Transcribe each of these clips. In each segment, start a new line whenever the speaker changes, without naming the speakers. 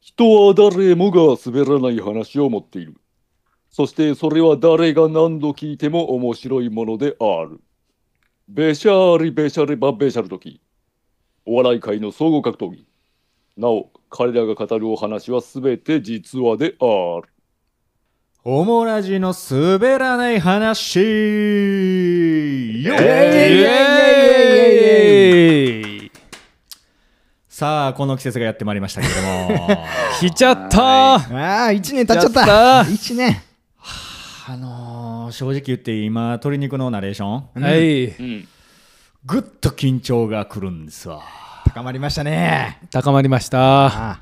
人は誰もが滑らない話を持っている。そしてそれは誰が何度聞いても面白いものである。べしゃりべしゃりばべしゃるとき。お笑い界の総合格闘技。なお、彼らが語るお話はすべて実話である。
オモラジの滑らない話よ
イエイイエイイエイイエイイエイ
さあ、この季節がやってまいりましたけれども。
来ちゃったー
ああ、1年経っちゃっ
や
た。
ったー
1年。
あのー、正直言って今、鶏肉のナレーション、
はい、
うん。
ぐっと緊張がくるんですわ。
高まりましたね。
高まりました。
あ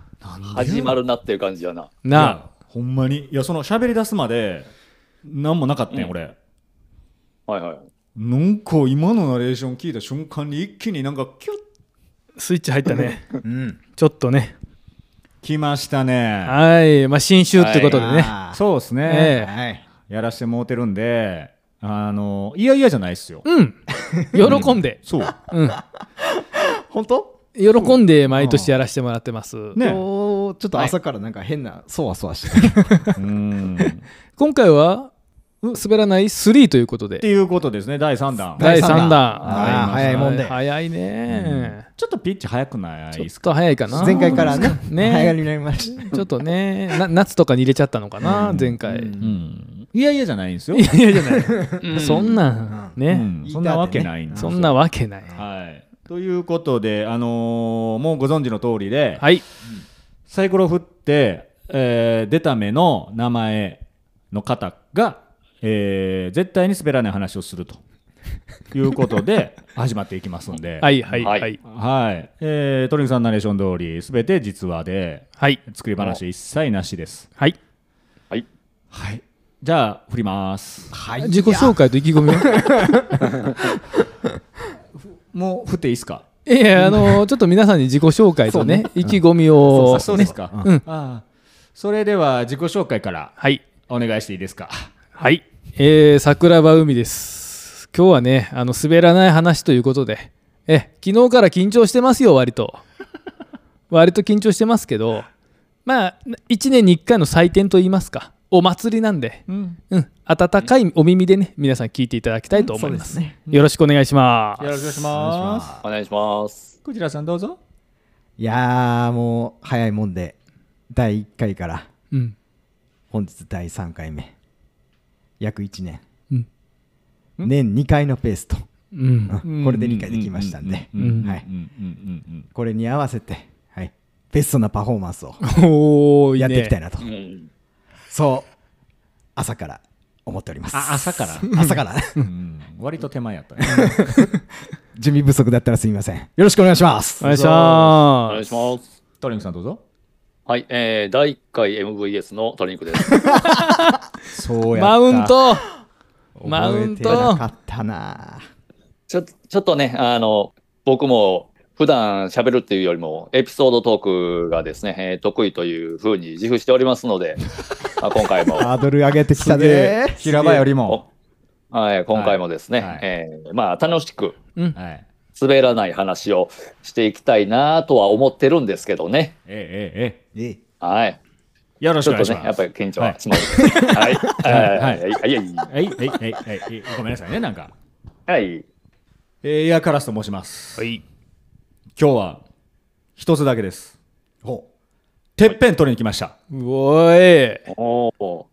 始まるなっていう感じやな。
い
な
やほんまに。いや、その喋り出すまで、なんもなかったん、ん、俺。
はいはい。
なんか今のナレーション聞いた瞬間に一気になんかキュッ
あ、スイッチ入った ね。
あ、うん。
ちょっとね。
来ましたね。
はい、まあ、新州ってことでね。
あー
そうですね。
え
はい。
やらしてもうてるんで、あの、いやいやじゃないっすよ。
うん。喜んで。
そう。
うん。
本当
喜んで毎年やらせてもらってます。
ね
おーちょっと朝からなんか変な、そわそわしてる。
うん。っ
今回は、う滑らない3ということ
て
で。
いうことですね、第3弾。
第3弾。
あー早いもんで。
早いね。
ちょっとピッチ早くない
ちょ
で
っ
すか
と早いかな。
前回からね、
ね
早がりになりました。
ちょっとね、な夏とかに入れちゃったのかな、前回。
うん。いやいやじゃないんですよ。
いやいやじゃない。そんなん、
う
ね、
んそんなわけないんです
そ
よ
んなわけない。
はい。ということで、あのーもうご存知の通りで、
はい。
サイコロ振って、えー出た目の名前の方が、えー絶対に滑らない話をするということ で始まっていきますんで、
はいはいは
はい
い。
はいえー、トリンクさんナレーション通りすべて実話で
はい。
作り話一切なしです。
はい。
はい。
はい、じゃあ振ります。
はい
自己紹介と意気 込みは
もう振っていいですか。
いやいや、あの、ちょっと皆さんに自己紹介とね、意気込みを。
そうですか。
うん
ああそれでは自己紹介から
はい。
お願いしていいですか。
はい。えー、桜庭海です。今日はね、あの、滑らない話ということで、え、昨日から緊張してますよ、割と。割と緊張してますけど、まあ、1年に1回の祭典といいますか、お祭りなんで、
うん、
うん、温かいお耳でね、皆さん聞いていただきたいと思います。
そうですね
よろしくお願いします。
よろしくお願いし
お願い
ま
し
す。
ます
お願いします。
クジラさんどうぞ。
いやー、もう早いもんで、第1回から
うん。
本日第3回目。約1年。
うん。
年2回のペースと、
うん。
うんこれで理解できましたんで、
ん
はい
うんうんうん
これに合わせて、はい、ベストなパフォーマンスを
おー、いい
やっ
ね
ていきたいなと、
うん。
そう朝から思っております
あ朝から
朝から
うん割と手前やったね。
準備不足だったらすみませんよろしくお願いします
お願い
お
し
願
ま
い
す。
します。
トリンクさんどうぞ。
はい、えー、第1回 MVS の鶏肉です。
そうやった
マウントマ
覚
ウ
え
ン
て
ト
なかったな
ちょちょっとね、あの、僕も普段喋るっていうよりも、エピソードトークがですね、えー得意というふうに自負しております ので、まあ、今回も、
ハードル上げてきたで
平場よりも。
はい、今回もですね、
はいはい
えーまあ、楽しく
はい。
滑らない話をしていきたいなとは思ってるんですけどね。
えええ
ええ
はい。
え。よろし
ち
くお
ょっ
願
とね、
いします。
やっぱり緊張はします。 はい。はい。はい。はい。
はいはいはいはいはい。ごめんなさいねなんか。
はい。
えーエアカラスと申します。
はい。
今日は一つだけです。
ほ
てっぺん取りに来ました。
うおーい。
おお。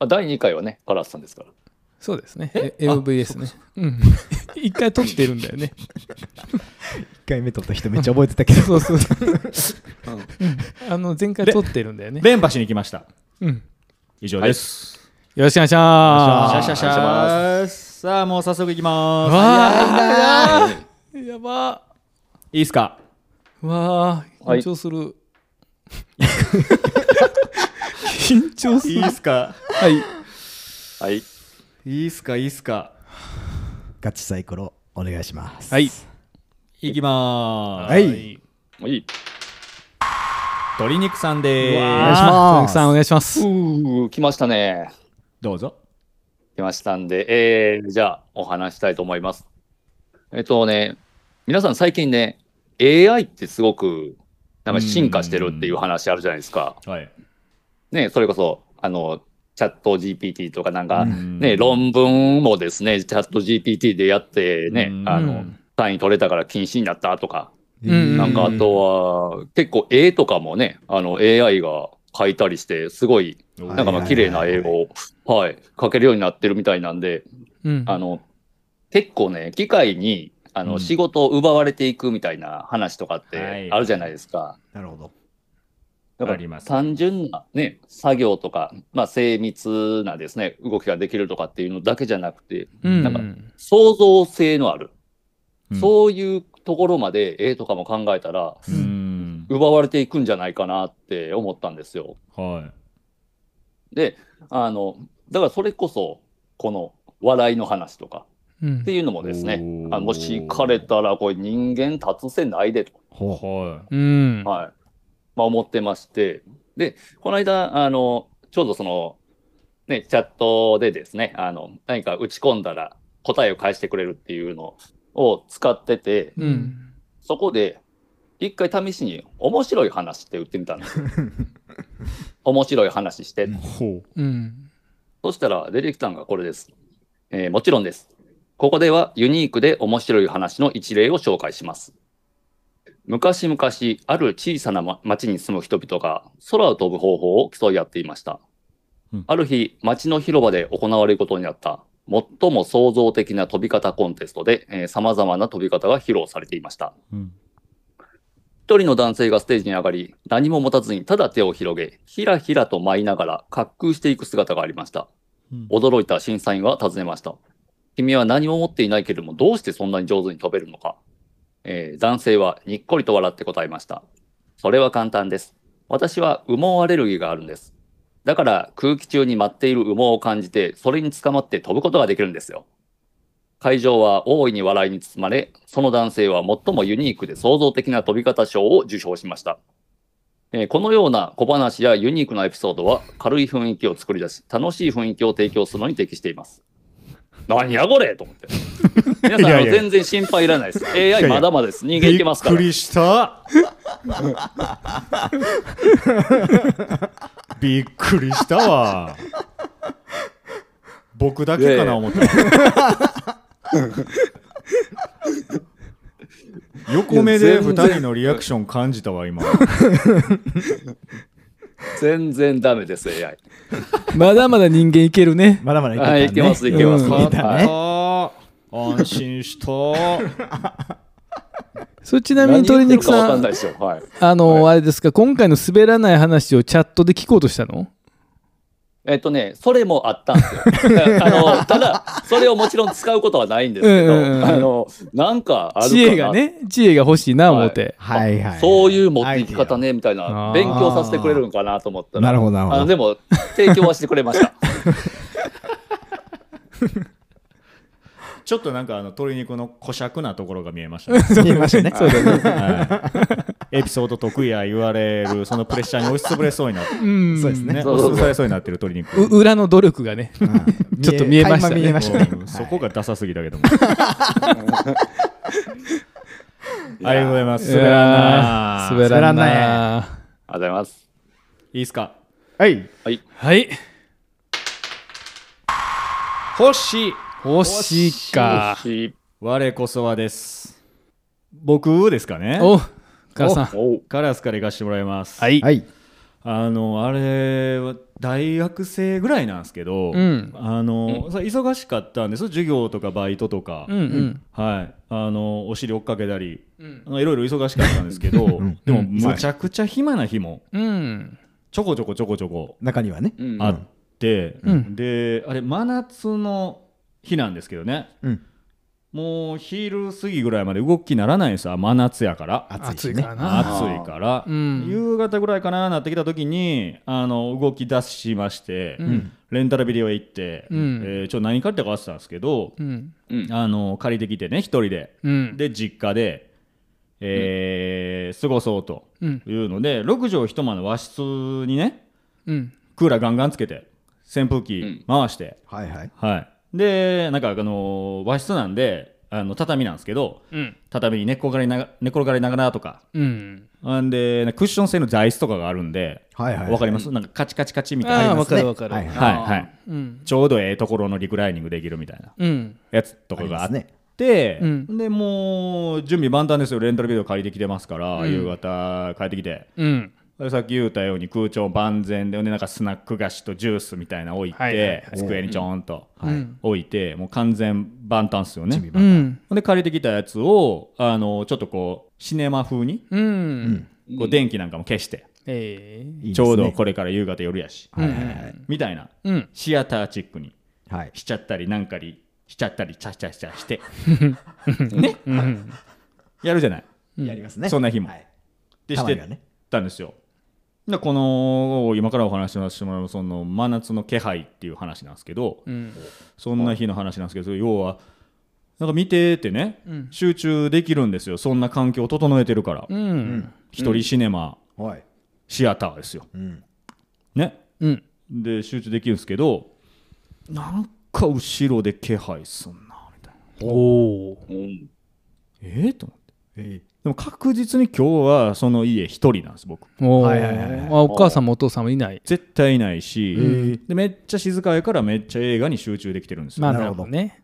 まあ第2回はね、カラスさんですから。
そうですね。え MVS ね。うん。 一回撮ってるんだよね。
う1回目撮った人めっちゃ覚えてたけど
そうそう。あの、前回撮ってるんだよね。
連覇しに来ました。
うん。
以上です。
よろしくお願いし
シャ
ま
シ
す。
ャシャさあもう早速いきま
わあや
す。
ば
いいですか。
わあ
はい
緊張する。 緊張する。
いいっすか。
はい。
はい。
いいっすかいいっすか。
ガチサイコロお願いします
はい。
いきまーす。
はい
もういい。
鶏肉さんでー
お願い
す。
し
あー
ます
さんお願いします。
うー、来ましたね。
どうぞ。
来ましたんで、えー、じゃあ、お話したいと思います。えっとね、皆さん最近ね、AI ってすごく、なんか進化してるっていう話あるじゃないですか。
はい。
ね、それこそ、あの、チャット GPT とかなんか、
うん
ね、論文もですね、チャット GPT でやってね、
うん
あの、単位取れたから禁止になったとか、
うんうん
なんかあとは、結構絵とかもね、あの AI が描いたりして、すごい、
な
なんかまあ
はい
綺麗な英語を、はい、描けるようになってるみたいなんで、
うん
あの、結構ね、機械に、あ
う
の、
ん
仕事を奪われていくみたいな話とかっ
はい
てあるじゃないですか。
なるほど。
だか
ありま
ら
す
単純な、ね、作業とか、まあ、精密なですね動きができるとかっていうのだけじゃなくて
うん
なんか創造性のある、
うん
そういうところまで絵とかも考えたら
うん。
奪われていくんじゃないかなって思ったんですよ。
は
であのだからそれこそこの笑いの話とか
うん
っていうのもですね
おー
あもし彼たらこれ人間立つせないでと
い。は
うん
はい。まあ、思ってまして。で、この間、あの、ちょうどその、ね、チャットでですね、あの、何か打ち込んだら答えを返してくれるっていうのを使ってて、
うん
そこで、一回試しに面白い話って打ってみたん ですよ。面白い話して。
い。ほ
うん
そしたら出てきたのがこれです。えーもちろんです。ここではユニークで面白い話の一例を紹介します。昔々、ある小さなま町に住む人々が空を飛ぶ方法を競い合っていました。
うん
ある日、町の広場で行われることになった、最も創造的な飛び方コンテストで、えー、様々な飛び方が披露されていました。
う。うん。
一人の男性がステージに上がり、何も持たずにただ手を広げ、ひらひらと舞いながら滑空していく姿がありました。
うん
驚いた審査員は尋ねました。君は何も持っていないけれども、どうしてそんなに上手に飛べるのか、えー男性はにっこりと笑って答えました。それは簡単です。私は羽毛アレルギーがあるんです。だから空気中に舞っている羽毛を感じて、それに捕まって飛ぶことができるんですよ。会場は大いに笑いに包まれ、その男性は最もユニークで創造的な飛び方賞を受賞しました。えーこのような小話やユニークなエピソードは軽い雰囲気を作り出し、楽しい雰囲気を提供するのに適しています。何やこれと思 って。皆さん、
いやいや
あの全然心配いらないです。AI まだまだです。人間いけますから。
びっくりした。びっくりしたわ。僕だけかな思った。横目で二人のリアクション感じたわ今。
全然ダメです、AI。
まだまだ人間いけるね
まだまだいけた
は
ね
い、いけます、いけます。
うん
はい
いけたね
安心した。
それちなみに
何言
鶏
ってる
肉
かわ
さ
かん
ん
ないですよ。はい。
あの、
は
あれですか今回の滑らない話をチャットで聞こうとしたの
えっとね、それもあったんですよ。あの、ただ、それをもちろん使うことはないんですけど、
うんうんうん
あの、なんかあるかな。
知恵がね知恵が欲しいな思って、
はいはい。
そういう持っていき方ね、みたい
あ
な
ー、
勉強させてくれるのかなと思ったら。
なるほどなるほど
あのでも、提供はしてくれました。
ちょっとなんかあの鶏肉の小尺なところが見えましたね。
アイデア。見えましたね。そうだね。
はいエピソード得意や言われるそのプレッシャーに押しつぶれそうになって、ね、
うん
そうですね。
そう
押
そうそう
しつぶされそうになってる鶏肉。
う裏の努力 がね
うん
ちょっと見えましたね
垣間見えました
うん
ね。
そこ
が。
がダサすぎだ けども。ありがとうございます。滑らない。
いやー滑ら
滑ら
ない
ない
ありがとうございます。
いいですか
はい。
はい。
はい
星
欲しいか
し
我こそはです。僕ですかね
お母さん
おう
カラスから行かしてもらいます。
はい
はい。
あの、あれは大学生ぐらいなんですけど、
うん
あの、それ忙しかったんです授業とかバイトとか、
うんうん
はい、あのお尻追っかけたり、
うん
あのいろいろ忙しかったんですけど、でも
うん
むちゃくちゃ暇な日も
うん
ちょこちょこちょこちょこ
中にはね。
うん
あって、
うん
であれ真夏の日なんですけどね
うん。
もう昼過ぎぐらいまで動きならないんですよ真夏やから
暑
暑
いし
い
ね
か。らな
暑いから、
うん
夕方ぐらいかななってきた時にあの動き出しまして、
うん
レンタルビデオへ行って、
うん
えーちょっと何借りたか忘れてたんですけど、
うん
うん
あの借りてきてね一人で。
うん
で実家で、えー過ごそうと
うん
いうので6畳一間の和室にね
うん
クーラーガンガンつけて扇風
う
機
ん
回して、
はいはい。
はいでなんかあのー和室なんであの畳なんですけど
うん
畳に寝っ転がりなが寝っ転がりながらとか
うん
あんでクッション性の座椅子とかがあるんで
はいはい
わかりますなんかカチカチカチみたい
あ
なは
あ分
い
かる分かる
はいはい
はい
うん
ちょうどええところのリクライニングできるみたいな
うん
やつと
あ
か
り
が
ま
あっ
すね
て、
うん
でもう準備万端ですよレンタルビデオ借りてきてますから、
うん
夕方帰ってきて
うん
でさっき言ったように空調万全で、ね、なんかスナック菓子とジュースみたいなの置いて、
はいはいはい
机にちょんと
うんうん
置いて、もう完全万端っすよね
準備
う
万端
ん
ほんで借りてきたやつをあのちょっとこうシネマ風に
う
うんん
こう電気なんかも消して、
え
いいですね
ちょうどこれから夕方夜やし、
え
はいはいはい
みたいな
うん
シアターチックに
はい
しちゃったりなんかにしちゃったりチャチャチャして
うん
やるじゃない
やりますね
そんな日も
はい
で
た
し
ま
て
にはね
たんですよ。でこの今からお話しさせてもらうその真夏の気配っていう話なんですけど、
うん
そんな日の話なんですけど要はなんか見ててね、
うん
集中できるんですよそんな環境を整えてるから、
うん
一人シネマ、
はい
シアターですよ。
うん
ね
うん
で集中できるんですけどなんか後ろで気配すんなみたいな
おお
うん
ええと思って
え
でも確実に今日はその家一人なんです僕
お
はいはいはいはい
ーあお母さんもお父さんもいない
絶対いないし、
ー
でめっちゃ静かやからめっちゃ映画に集中できてるんですよ、
まあ
な
な
る
るほ
ほ
ど
ど
ね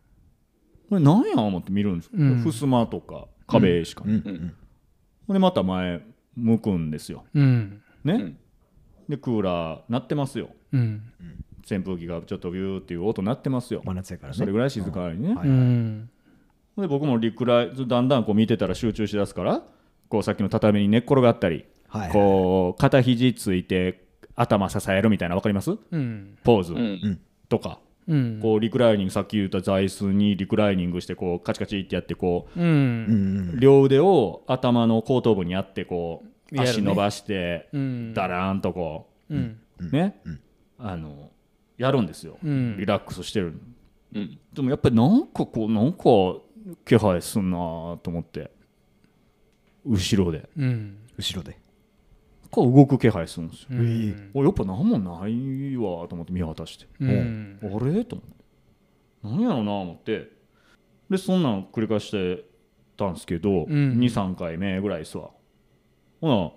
これなんや思って見るんですよ、
うん
襖とか壁しか
う
なんい、
うん
でまた前向くんですよ
うん
ね、
うん
でクーラー鳴ってますよ
うん
扇風機がちょっとビューっていう音鳴ってますよ、
真夏やからね
それぐらい静かにね、
んはい
うん
で僕もリクライだんだんこう見てたら集中しだすからこうさっきの畳に寝っ転がったり、
はい
こう肩肘ついて頭支えるみたいなわかります
うん
ポーズ
うん
とか、
うん
こうリクライニングさっき言った座椅子にリクライニングしてこうカチカチってやってこ
う
うんん
う、
うん
両腕を頭の後頭部にあってこう
やるね
足伸ばして、
うん
だらーんとこ
うん
う、ね、あのやるんですよ、
うん
リラックスしてる
うん
でもやっぱりなんかこうなんか気配すんなと思って後ろで
うん
後ろで
こう動く気配するんですよ、
う
え
ん
おやっぱ何もないわと思って見渡して、
うん
あれと思って何やろうな思ってでそんなん繰り返してたんですけど、
ん
23回目ぐらいですわほな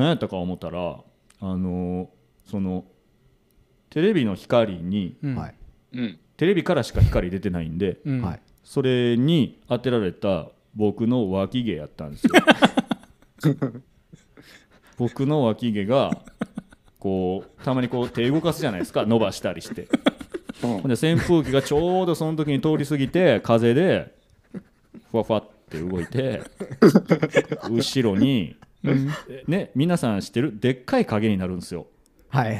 何やったか思ったらあのそのテレビの光に
うん
はい
うん
テレビからしか光出てないんで
うん
はい
それに当てられた僕の脇毛やったんですよ僕の脇毛がこうたまにこう手動かすじゃないですか伸ばしたりして
うん
ほんで扇風機がちょうどその時に通り過 ぎて風でふわふわって動いて 後ろに、ね皆さん知ってるでっかい影になるんですよ
はいはい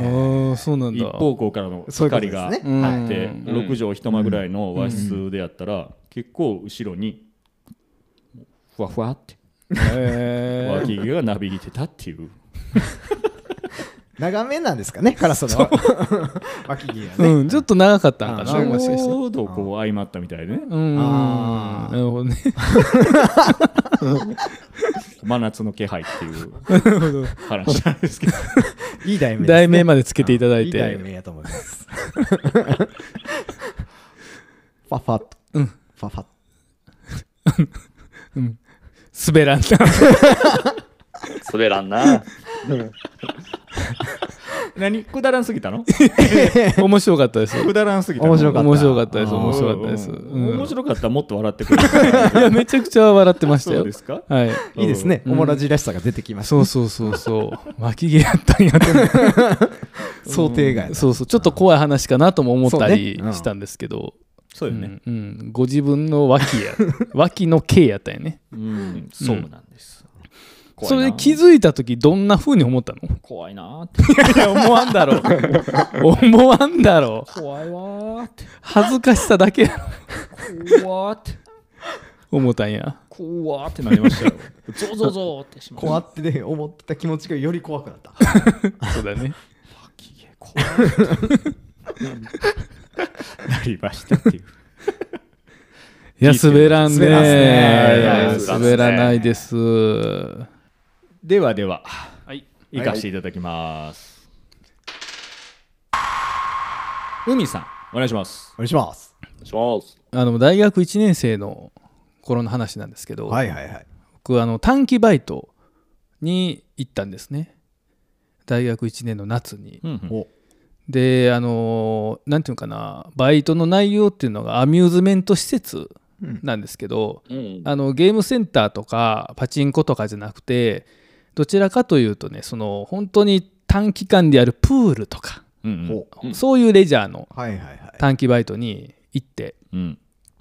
ああそうなんだ
一方向からの
そういうこと
光
ですね
が
うん
あって、
うん
6畳一間ぐらいの和室でやったら、結構後ろにふわふわって
へー
脇毛がなびいてたっていう
長めなんで すかねカラスの 脇毛がね
うんちょっと長かったんか
ち
な
あー
もしかして
ょうどこう相まったみたいでね
うん
あ
な
ー
るほどね
真夏の気配って いう
なるほど
話なんですけど
いい題名ですね
題名までつけていただい
いい題
て
名やと思いますファファッと
うん
ファファッと
滑らんな
滑らんな
何くだらんすぎたの
面白かったです
くだらんすぎたの
面白かった
面白かったです
あー
面白かったです、
う
うんん
面白かったらもっと笑ってくれる
いやめちゃくちゃ笑ってました
そう
よ
ですか
はい
いいですね、
うん
おもらじらしさが出てきました、
そうそうそうそう巻き毛やったんやと思って
想定外 だ
そうそうちょっと怖い話かなとも思ったり
そうねうん
したんですけど
そうよね、
うんうんご自分の脇 や脇の毛やったんやね
うん、そうなんです。
それで
気
気
づ
づいた時どんな風に思ったの
怖いなーって。
いや思わんだろ 思わんだろ
怖いわーって。
恥ずかしさだけやろ
怖ーって。
思ったんや
怖ーってなりましたよ。ゾゾゾーってしま
怖ってね思ってた気持ちがより怖くなった
そうだね
怖い。なりましたっていう。
いや滑らんね
滑らん
ね
いや滑らないです
ではでは、
はい
行かせていただきます。海さん、お願いします。
お願いします
お願いします
あの大学1年生の心の話なんですけど、
はいはいはい。
僕あの短期バイトに行ったんですね大学1年の夏に
うんうん
お
であの何ていうのかなバイトの内容っていうのがアミューズメント施設
うん
なんですけど、
うん
あのゲームセンターとかパチンコとかじゃなくてどちらかというとねその本当に短期間でやるプールとか、
うんうん
お
うん
そういうレジャーの
はいはいはい。
短期バイトに行って
うん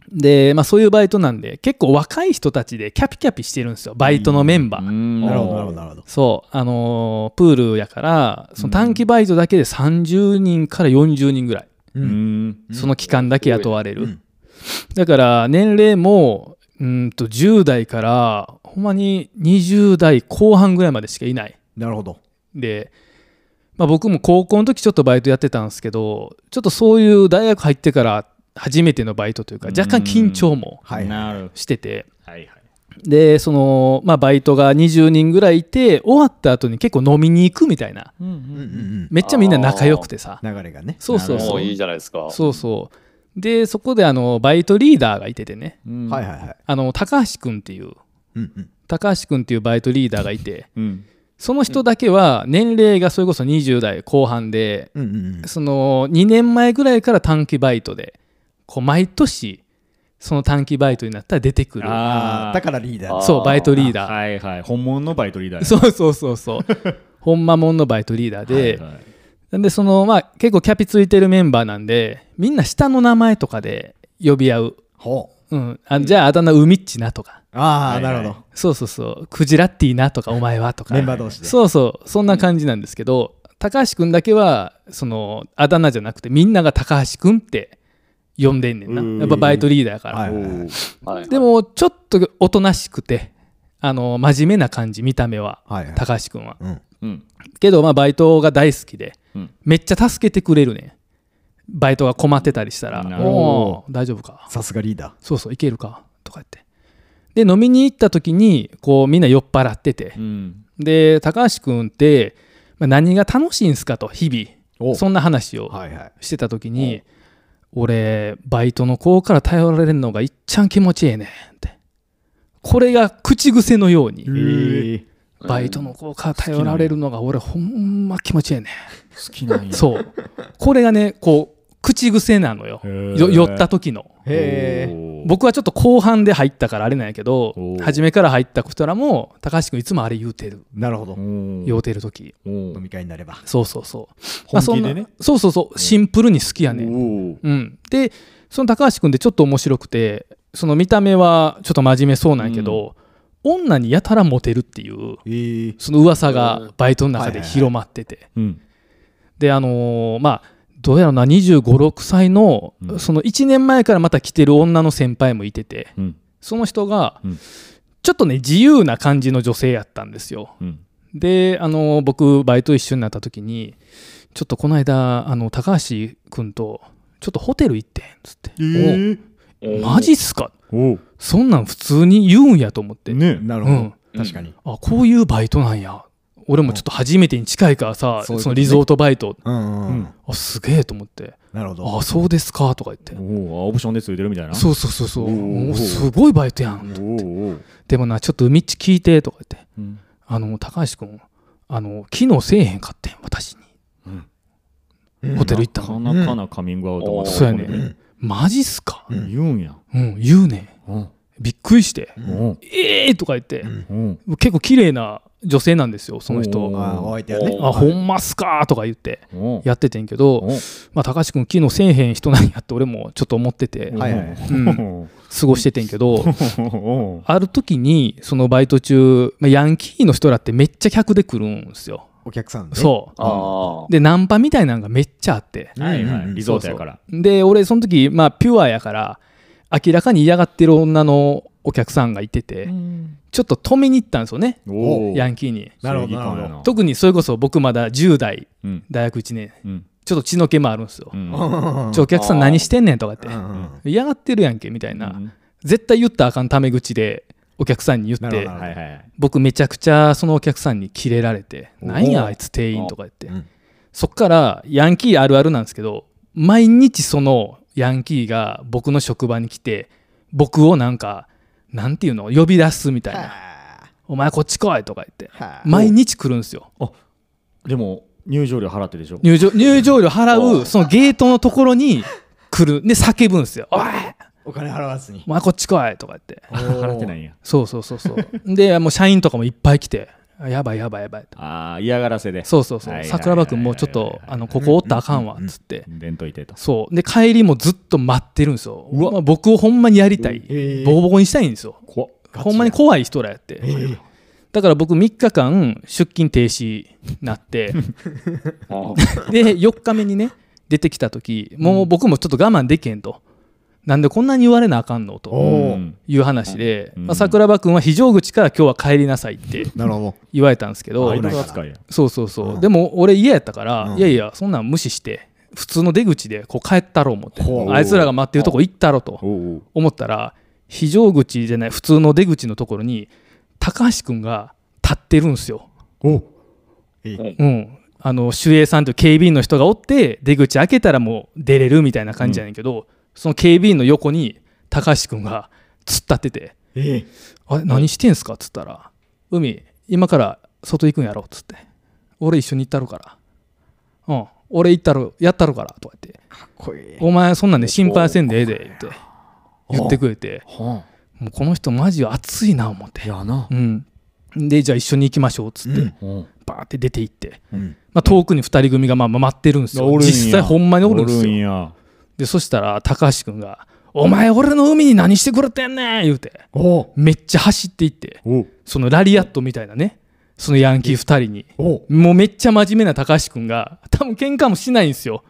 で、まあ、そういうバイトなんで結構若い人たちでキャピキャピしてるんですよバイトのメンバー。
うん
なるほどなるほどなるほど。
そう、あのープールやから、その短期バイトだけで30人から40人ぐらい、
う。
うんん
その期間だけ雇われる。
うん
だから、年齢も、うーんと、10代から、ほんまに20代後半ぐらいまでしかいない。
なるほど。
で、まあ、僕も高校の時ちょっとバイトやってたんですけど、ちょっとそういう大学入ってから初めてのバイトというか、
うん
若干緊張も
はい。
なる
してて、
はいはい
で、その、まあ、バイトが20人ぐらいいて、終わった後に結構飲みに行くみたいな。
うん
うん
う
うんん
めっちゃみんな仲良くてさ
うん。流れがね。
そうそう
なる
も
そう
いういじゃないですか。
そうそうでそこであのバイトリーダーがいててね
うん
はいはいはい。
あの高橋君っていう
うんうん。
高橋君っていうバイトリーダーがいて
うん
その人だけは年齢がそれこそ20代後半で
うんうんうん。
その2年前ぐらいから短期バイトでこう毎年その短期バイトになったら出てくる
あ
あー
ー
だからリーダー
あ。
そうバイトリーダー、
はいはい本物のバイトリーダーや
そうそうそう そうほんまもんのバイトリーダーで、
はいはい
なんでそのまあ結構キャピついてるメンバーなんでみんな下の名前とかで呼び合う
ほう。
うん、あじゃああだ名海っちなとか
あ
は
あ、
い
な
はい
るほ
そうそうそうクジラッティなとかお前はと
ど。
か
メンバー同士で。
そうそうそんな感じなんですけど、高橋君だけはそのあだ名じゃなくてみんなが高橋君って呼んでんねんな
うん
やっぱバイトリーダーやから、
はいはいはい。
はいはい
でもちょっとおとなしくてあの真面目な感じ見た目は
はいはい。
高橋君は
うん。
うん
けどまあバイトが大好きで
うん
めっちゃ助けてくれるねんバイトが困ってたりしたら
な
「
るほど
おー大丈夫か
さすがリーダ
そうそう、行けるかとか言って。で、飲みに行った時に、こう、みんな酔っ払ってて
う、ん
で、高橋君って、まあ、何が楽しいんすかと、日
お
々、そんな話を
ー。はいはい。
してた時に、俺、バイトの子から頼られるのがいっちゃん気持ちええねんって。これが口癖のように、
え
バイトの子から頼られるのが俺、ほんま気持ちええね
好きなん
ん。
や
そう。これがね、こう、口癖なのよ。
へー
よ酔った時の。
へえ。
おー
僕はちょっと後半で入ったからあれなんやけど
おー
初めから入った人らも高橋君いつもあれ言うてる
なるほど
お。ー
酔うてる時
お
飲
ー
み会になれば。
そうそうそうまあ
本気でね
そんなそうそうそうシンプルに好きやねん、
お
うん、でその高橋君ってちょっと面白くてその見た目はちょっと真面目そうなんやけど、女にやたらモテるっていう
ええ。
その噂がバイトの中で広まってて、
うん
であのーまあどうやらな2 5 6歳の、
うん
その1年前からまた来てる女の先輩もいてて、
うん
その人が、
うん
ちょっとね自由な感じの女性やったんですよ
うん
であの僕バイト一緒になった時にちょっとこの間あの高橋君とちょっとホテル行ってんつって
えー
ー
マジっすか
おー
そんなん普通に言うんやと思って、
ね
なる
う
ほど
ん。
確かに。
あこういうバイトなんや俺もちょっと初めてに近いからさ、
そういうことね
そのリゾートバイト
うんう
うん
ん。
あすげえと思って
なるほど。
あそうですかとか言って
おーあオプションでついてるみたいな
そうそうそうそう
おー
おすごいバイトや
お
ん
ーおー
でもなちょっと海っち聞いてとか言って
うん
あの高橋君あの機能せえへんかってん私に、ホテル行った
なか
の
なかなカミングアウトまで
そうやね
ここで
マジっすか、
うん言うんや
うん、言うね
うん
んびっくりして
うん
ええー、とか言って、
うん
結構綺麗な女性なんですよその
お
人
ー
あーお相手はね。
あほんますかとか言って
うん
やっててんけど、
うん
まあ、高橋君機能せえへん人なんやって俺もちょっと思ってて
はいはいはい
うん
うん
過ごしててんけど
おー
ある時にそのバイト中、まあ、ヤンキーの人らってめっちゃ客で来るんですよ
お客さんね。
そ
あ
うでナンパみたいなんがめっちゃあって
うんうん
はいは
うん
いリゾートやから
で俺その時まあピュアやから明らかに嫌がってる女のお客さんがいてて、ちょっと止めに行ったんですよね
おー
ヤンキーに
なるほ
正
ど
義感や
なるほ
特にそれこそ僕まだ10代
うん
大学1年
うん
ちょっと血の気もあるんですよ、
うん
うん
ちょお客さん何してんねんとかって
うんうんうん
嫌がってるやんけみたいな、
うん
絶対言ったらあかんタメ口でお客さんに言っ
なるほ
て
どなる
はいはいはい
僕めちゃくちゃそのお客さんにキレられて「
おー
なんやあいつ店員」とか言って
うん
そっからヤンキーあるあるなんですけど毎日そのヤンキーが僕の職場に来て僕をなんかなんていうの呼び出すみたいな
は
「お前こっち来い」とか言って
あはあ
毎日来るんですよ
でも入場料払ってでしょ
入場入場料払うそのゲートのところに来るで叫ぶんですよ「おい
お金払わずに
お前こっち来い」とか言って
あ 払ってないんや
そうそうそうそう でもう社員とかもいっぱい来て「やばいやばいやばい」と
ああ嫌がらせで
そうそうそ
は
う
いはいはいはい
桜庭君もうちょっとあのここおったらあかんわっつって
でんといてと
そうで帰りもずっと待ってるんですよ
うわ
まあ僕をほんまにやりたい
ええ
ボコボコにしたいんですよ
怖っ
ほんまに怖い人らやって、だから僕3日間出勤停止になって
あ
で4日目にね出てきた時もう僕もちょっと我慢できへんとなんでこんなに言われなあかんのと
お
う
お
ん
いう話で、
うん
まあ、桜庭君は非常口から今日は帰りなさいって
なるほど
言われたんですけど
アイドル扱いや
そうそうそう、
うん
でも俺嫌やったから、
うん
いやいやそんなん無視して普通の出口でこう帰ったろう思って
ほう
あいつらが待ってるとこ行ったろうと
おうおう
思ったら非常口じゃない普通の出口のところに高橋君が立ってるんですよ。うん、あの守衛さんという警備員の人がおって出口開けたらもう出れるみたいな感じやねんけど、その警備員の横に高橋君が突っ立ってて
ええ
「あれ何してんすか?」っつったら「海今から外行くんやろ」っつって「俺一緒に行ったろから」「うん俺行ったろやったろから」とか言って
かっこいい
「お前そんなんで心配せんでええで」言って言ってくれて。
は
もうこの人マジ熱いな思っ
あ
て、
やな
うん、でじゃあ一緒に行きましょうっつって、
うん
うん
バーって出て行って、
うん
まあ、遠くに2人組がまあまあ待ってるんですよ
おるんや
実際ほんまにおるんです
ん
よ
や
でそしたら高橋君が「お前俺の海に何してくれてんねん!」言うて
おう
めっちゃ走っていって
おう
そのラリアットみたいなねそのヤンキー2人に
おう
もうめっちゃ真面目な高橋君が多分喧嘩もしないんですよ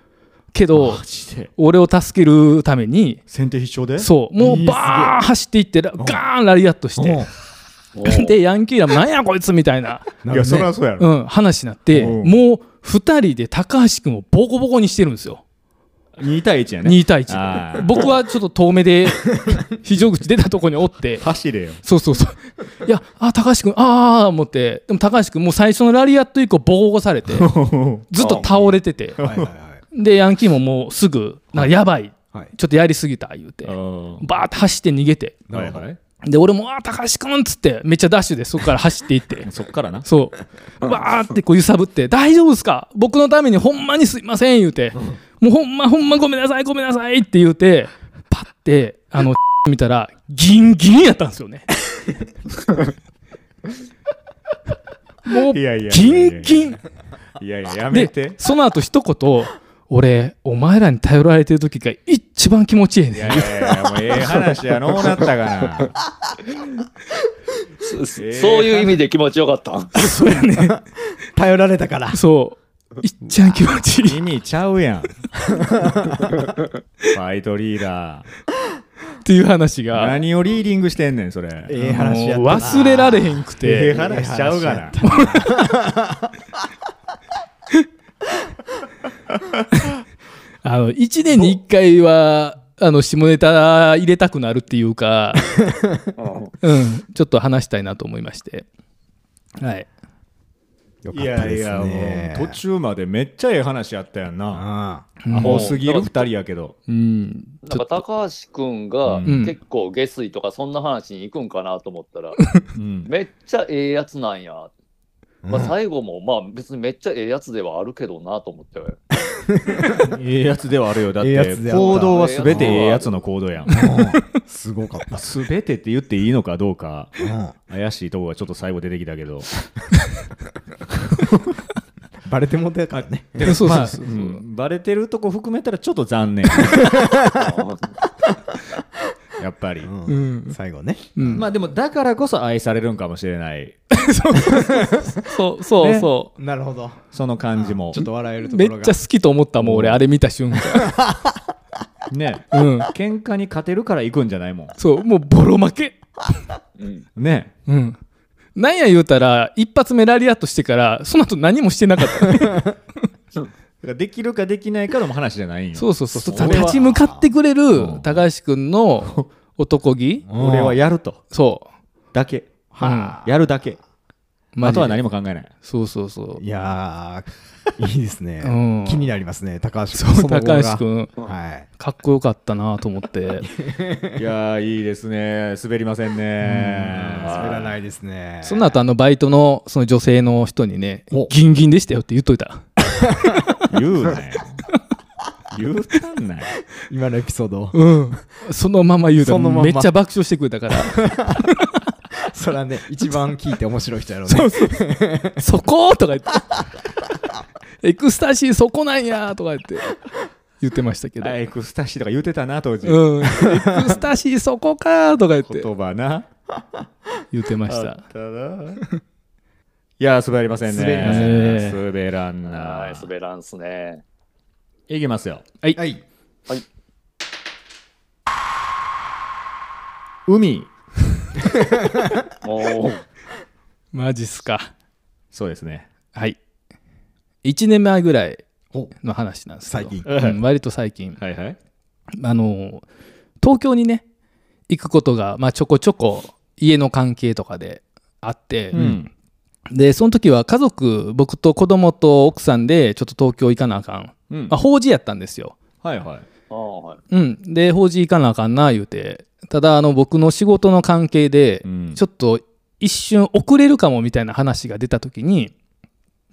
けど
マジで
俺を助けるために
先手必勝で
そうも
え
う
ー
バーン走っていってラガーンラリアットして
おう
でヤンキーらもなんやこいつみたいな、
ないる
や
ほど
そ
ね
りゃそうや
う
ろ
ん、話になって
うん
もう2人で高橋君をボコボコにしてるんですよ
2対1やね
2対
あ
1
ー
僕はちょっと遠目で 非常口出たとこにおって
走れよ
そうそうそういやあ高橋君ああ思ってでも高橋君もう最初のラリアット以降ボコボコされ てずっと倒れてて
はいはいはい
でヤンキーももうすぐなんかやばい
はい
ちょっとやりすぎた言うて
は
バーって走って逃げて
いはい
で俺も「あー高橋君」っつってめっちゃダッシュでそこから走っていって
そっからな
そう。わーってこう揺さぶって、大丈夫ですか僕のためにほんまにすいません言うて、もうほんまほんまごめんなさいごめんなさいって言うて、パッて、あの、 見たら、ギンギンやったんですよね。もう、
いやいやいやいや
ギンギン。
いやいややめ
で
て、
その後一言、俺、お前らに頼られてる時が一番気持ちいい
い
ね
やいやいやもうええ話やのうなったか な
そそう
えー
いう意味で気持ちよかったん。
頼られ たから
ん。そう。一番気持ちいい。
意味ちゃうやんファイトリーダー
っていう話が、
何をリーディングしてんねんそれ
ええ話やった
もう
な
忘れられへんくて。
ええ話しちゃうから
あの1年に1回はあの下ネタ入れたくなるっていう か、うん、ちょっと話したいなと思いまして、はい、
よか
い
った
やい
です
や
ね
もう途中までめっちゃええ話やったやんな
ああ
アホすぎる二人やけど
うん、
なんか高橋くんが
うん
結構下水とかそんな話に行くんかなと思ったら、
うん
めっちゃええやつなんや。まあ、
うん
最後もまあ別にめっちゃええやつではあるけどなと思って。
ええやつではあるよだっ
ええや
て
つではあった
行動は全てええやつの行動やん
うんすごかった
全てって言っていいのかどうか
う
怪しいとこがちょっと最後出てきたけど
んバレてもうたからね
でもそうそう
う
そう、
んバレてるとこ含めたらちょっと残念やっぱり
うん
うん
最後ね
うん
まあでもだからこそ愛されるんかもしれない
そうそうそ
なるほど
その感じも
ちょっと笑える
う、
とこ
めっ
ろが
ちゃ好きと思ったもん俺あれ見た 瞬間、
ね
うん、
喧嘩に勝てるから行くんじゃないもん
そうもうボロ負け、
うん、
ね
うん、なんや言うたら一発目ラリアットしてからその後何もしてなかった
できるかできないかの話じゃないんよ
そうそうそう
それは
立ち向かってくれ
う
る
ん
高橋君の男気
俺はやると
そ
だけ
う、うん
やるだけ
マ
あ
ジで
とは何も考えない
そうそうそう
いやーいいです ね、
うん
気になりますね高橋君
そう
の後
高
が
橋君
はい
かっこよかったなと思って
いやーいいですね滑りませんね
滑らないですね
その後あのバイトのその女性の人にね
お
ギンギンでしたよって言っといた
言うなよ言うたんなよ
今のエピソード
うんそのまま言うた
そのまま
めっちゃ爆笑してくれたから
それはね一番聞いて面白い人やろうね
そことか言ってエ クスタシーそこなんやとか言って言ってましたけど、
エクスタシーとか言うてたな当時、
うん、エクスタシーそこかとか言って
言葉な
言ってまし
あ
た
ったないやー滑りませんね
滑り
ませんね
滑らんな
はい、滑らんすね。
いきますよ
はい
海
もう、
マジっすか
そうですね
はい1年前ぐらい
お
の話なんですけど
最近
うん割と最近
はいはい
あの東京にね行くことが、まあ、ちょこちょこ家の関係とかであって、
うん
でその時は家族僕と子供と奥さんでちょっと東京行かなあかん、
うん
まあ、法事やったんですよ、
はいはい
ああはい。
うん、で法事行かなあかんな言うてただあの僕の仕事の関係で、
うん
ちょっと一瞬遅れるかもみたいな話が出た時に、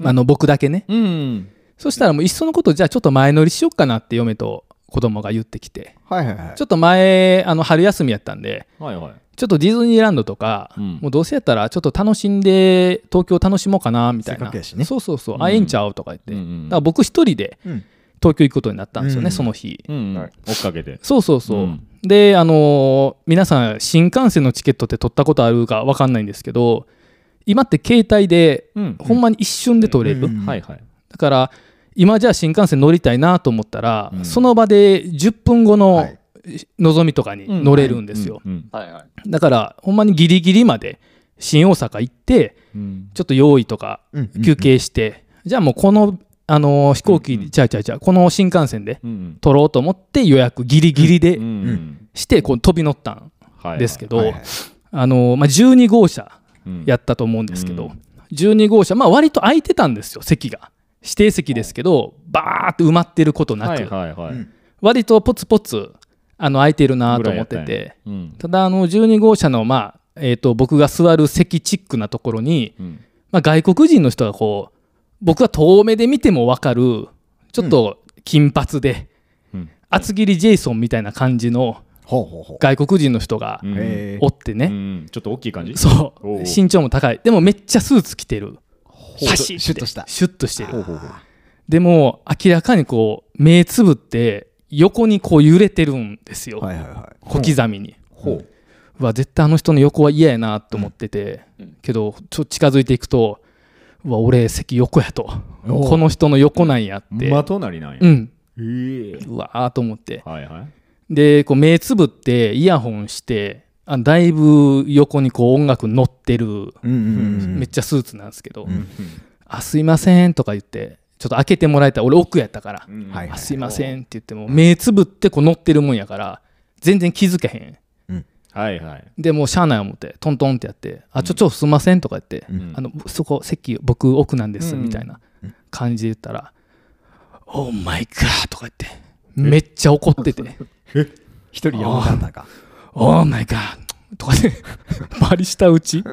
あの僕だけね
うん
そしたらもういっそのことじゃあちょっと前乗りしよっかなって嫁と子供が言ってきて
はいはいはい
ちょっと前あの春休みやったんで
はいはい
ちょっとディズニーランドとか、
うん
もうどうせやったらちょっと楽しんで東京楽しもうかなみたい
せっ
な
かくやしね
そうそうそう、
うん
あええんちゃうとか言って、
うんうん
だから僕一人で
うん
東京行くことになったんですよね、
うん
その日
うん、
はい
追っかけて
そうそうそう、
うん
であのー皆さん新幹線のチケットって取ったことあるか分かんないんですけど今って携帯で
うん
ほんまに一瞬で取れる、
うん
はいはい
だから今じゃあ新幹線乗りたいなと思ったら、
うん
その場で10分後
は
の
い
のぞみとかに乗れるんですよ、
うんうん
はいはい。
だからほんまにギリギリまで新大阪行って
うん
ちょっと用意とか
うんうん
休憩して、じゃあもうこの、あのー飛行機、
うんうん
ちゃうちゃうちゃうこの新幹線で
うん
取ろうと思って予約ギリギリ
う
で
んうん
してこう飛び乗ったん
はいはい
ですけど、
はいはい
あのーまあ、12号車
うん
やったと思うんですけど、
うん
12号車まあ割と空いてたんですよ席が指定席ですけどバーって埋まってることなく、
はいはいはい、
うん
割とポツポツあの空いてるな
ぐ
と
らい
思
や
った
ん
て
や
て。
うん
ただあの12号車の、まあえー、と僕が座る席チックなところに、
うん
まあ、外国人の人がこう僕は遠目で見ても分かるちょっと金髪で、
うん
厚切りジェイソンみたいな感じの
ほうほうほ
外国人の人が
うん
え
おってね、
うんちょっと大きい感じ
そ
おう
う身長も高いでもめっちゃスーツ着てる
う
パシッて
シュッとした
シュッとして
ほう
る
ほうほう
でも明らかにこう目つぶって横にこう揺れてるんですよ、
はいはいはい
小刻みに。
ほう
うわ絶対あの人の横は嫌やなと思ってて、
うん
けどちょ近づいていくとうわ俺席横やと
おう
この人の横なんやって、
まとなりなんや、
うん
ええ
うわーと思って
はいはい
でこう目つぶってイヤホンしてあだいぶ横にこう音楽乗ってる、
うんうんうん
めっちゃスーツなんですけど「
ん
あすいません」とか言ってちょっと開けてもらえたら俺奥やったから「
うん
はい
あすいません」って言っても目つぶってこう乗ってるもんやから全然気づけへん
はいはい
でもうしゃあない思ってトントンってやって「あちょちょすんません」とか言って「
ん
あのそこ席僕奥なんです」
うん
みたいな感じで言ったら「オーマイガー」とか言ってめっちゃ 怒ってて
一人山形か
「オーマイガー」とかでバリしたうち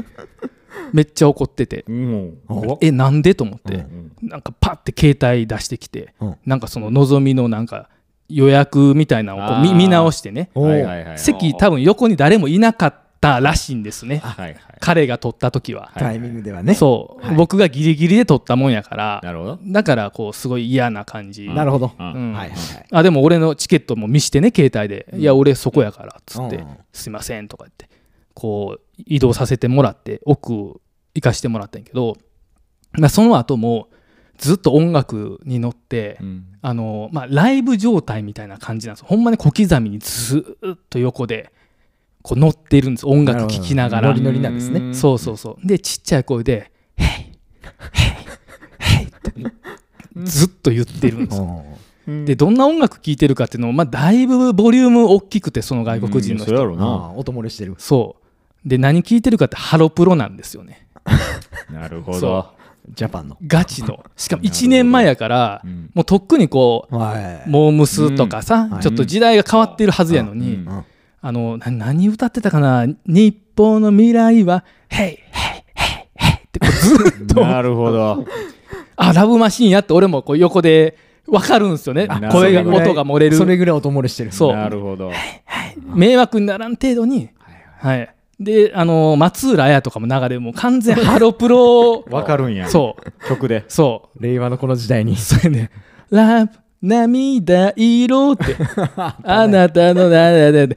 めっちゃ怒ってて
うん
お
「えなんで?」と思って
ん
なんかパッて携帯出してきて
うん
なんかそののぞみのなんか予約みたいなのをこう
あ
見
ー
見直してね
おう
はいはいはい
席多分横に誰もいなかったらしいんですね
はいはい
彼が取った時は。
タイミングではね
そう、僕がギリギリで撮ったもんやから
なるほど
だからこうすごい嫌な感じ
なるほど
うん
は
うん
いはいはい
あでも俺のチケットも見してね携帯で「いや俺そこやから」っつって「
うん
すいません」とか言ってこう移動させてもらって奥行かしてもらったんやけど、まあ、その後もずっと音楽に乗って、
うん
あのまあ、ライブ状態みたいな感じなんですほんまに小刻みにずーっと横でこう乗ってるんです音楽聴きながら
ノリノリなんですね
う
そうそうそう。で、ちっちゃい声で、ヘイヘイヘイってずっと言ってるんですよ。で、どんな音楽聴いてるかっていうのも、まあ、だいぶボリューム大きくて、その外国人の
うんそ
人。
うやろ
あ
な
あ音漏れしてる
そう。で、何聴いてるかってハロプロなんですよね。
なるほ
そ
ど
ジャパンの。
ガチのしかも1年前やから
うん
もうとっくにこう
はい。
モームスとかさ、
うん
ちょっと時代が変わってるはずやのに、
うん
うん
あのな何歌ってたかな「日本の未来はヘイヘイヘイヘイ」ってこうずっと
なるほど。
あラブマシーンやって俺もこう横で分かるんですよね
なるほど
声が音が漏れる
それぐらい音漏れしてる。
そう
なるほど。
迷惑にならん程度に、はい、であの松浦綾とかも流れもう完全ハロプ ロ
わかるんや。
そう
曲で。
そう
令和のこの時代に。
それね、ラブ、涙色 って、あなたの涙で、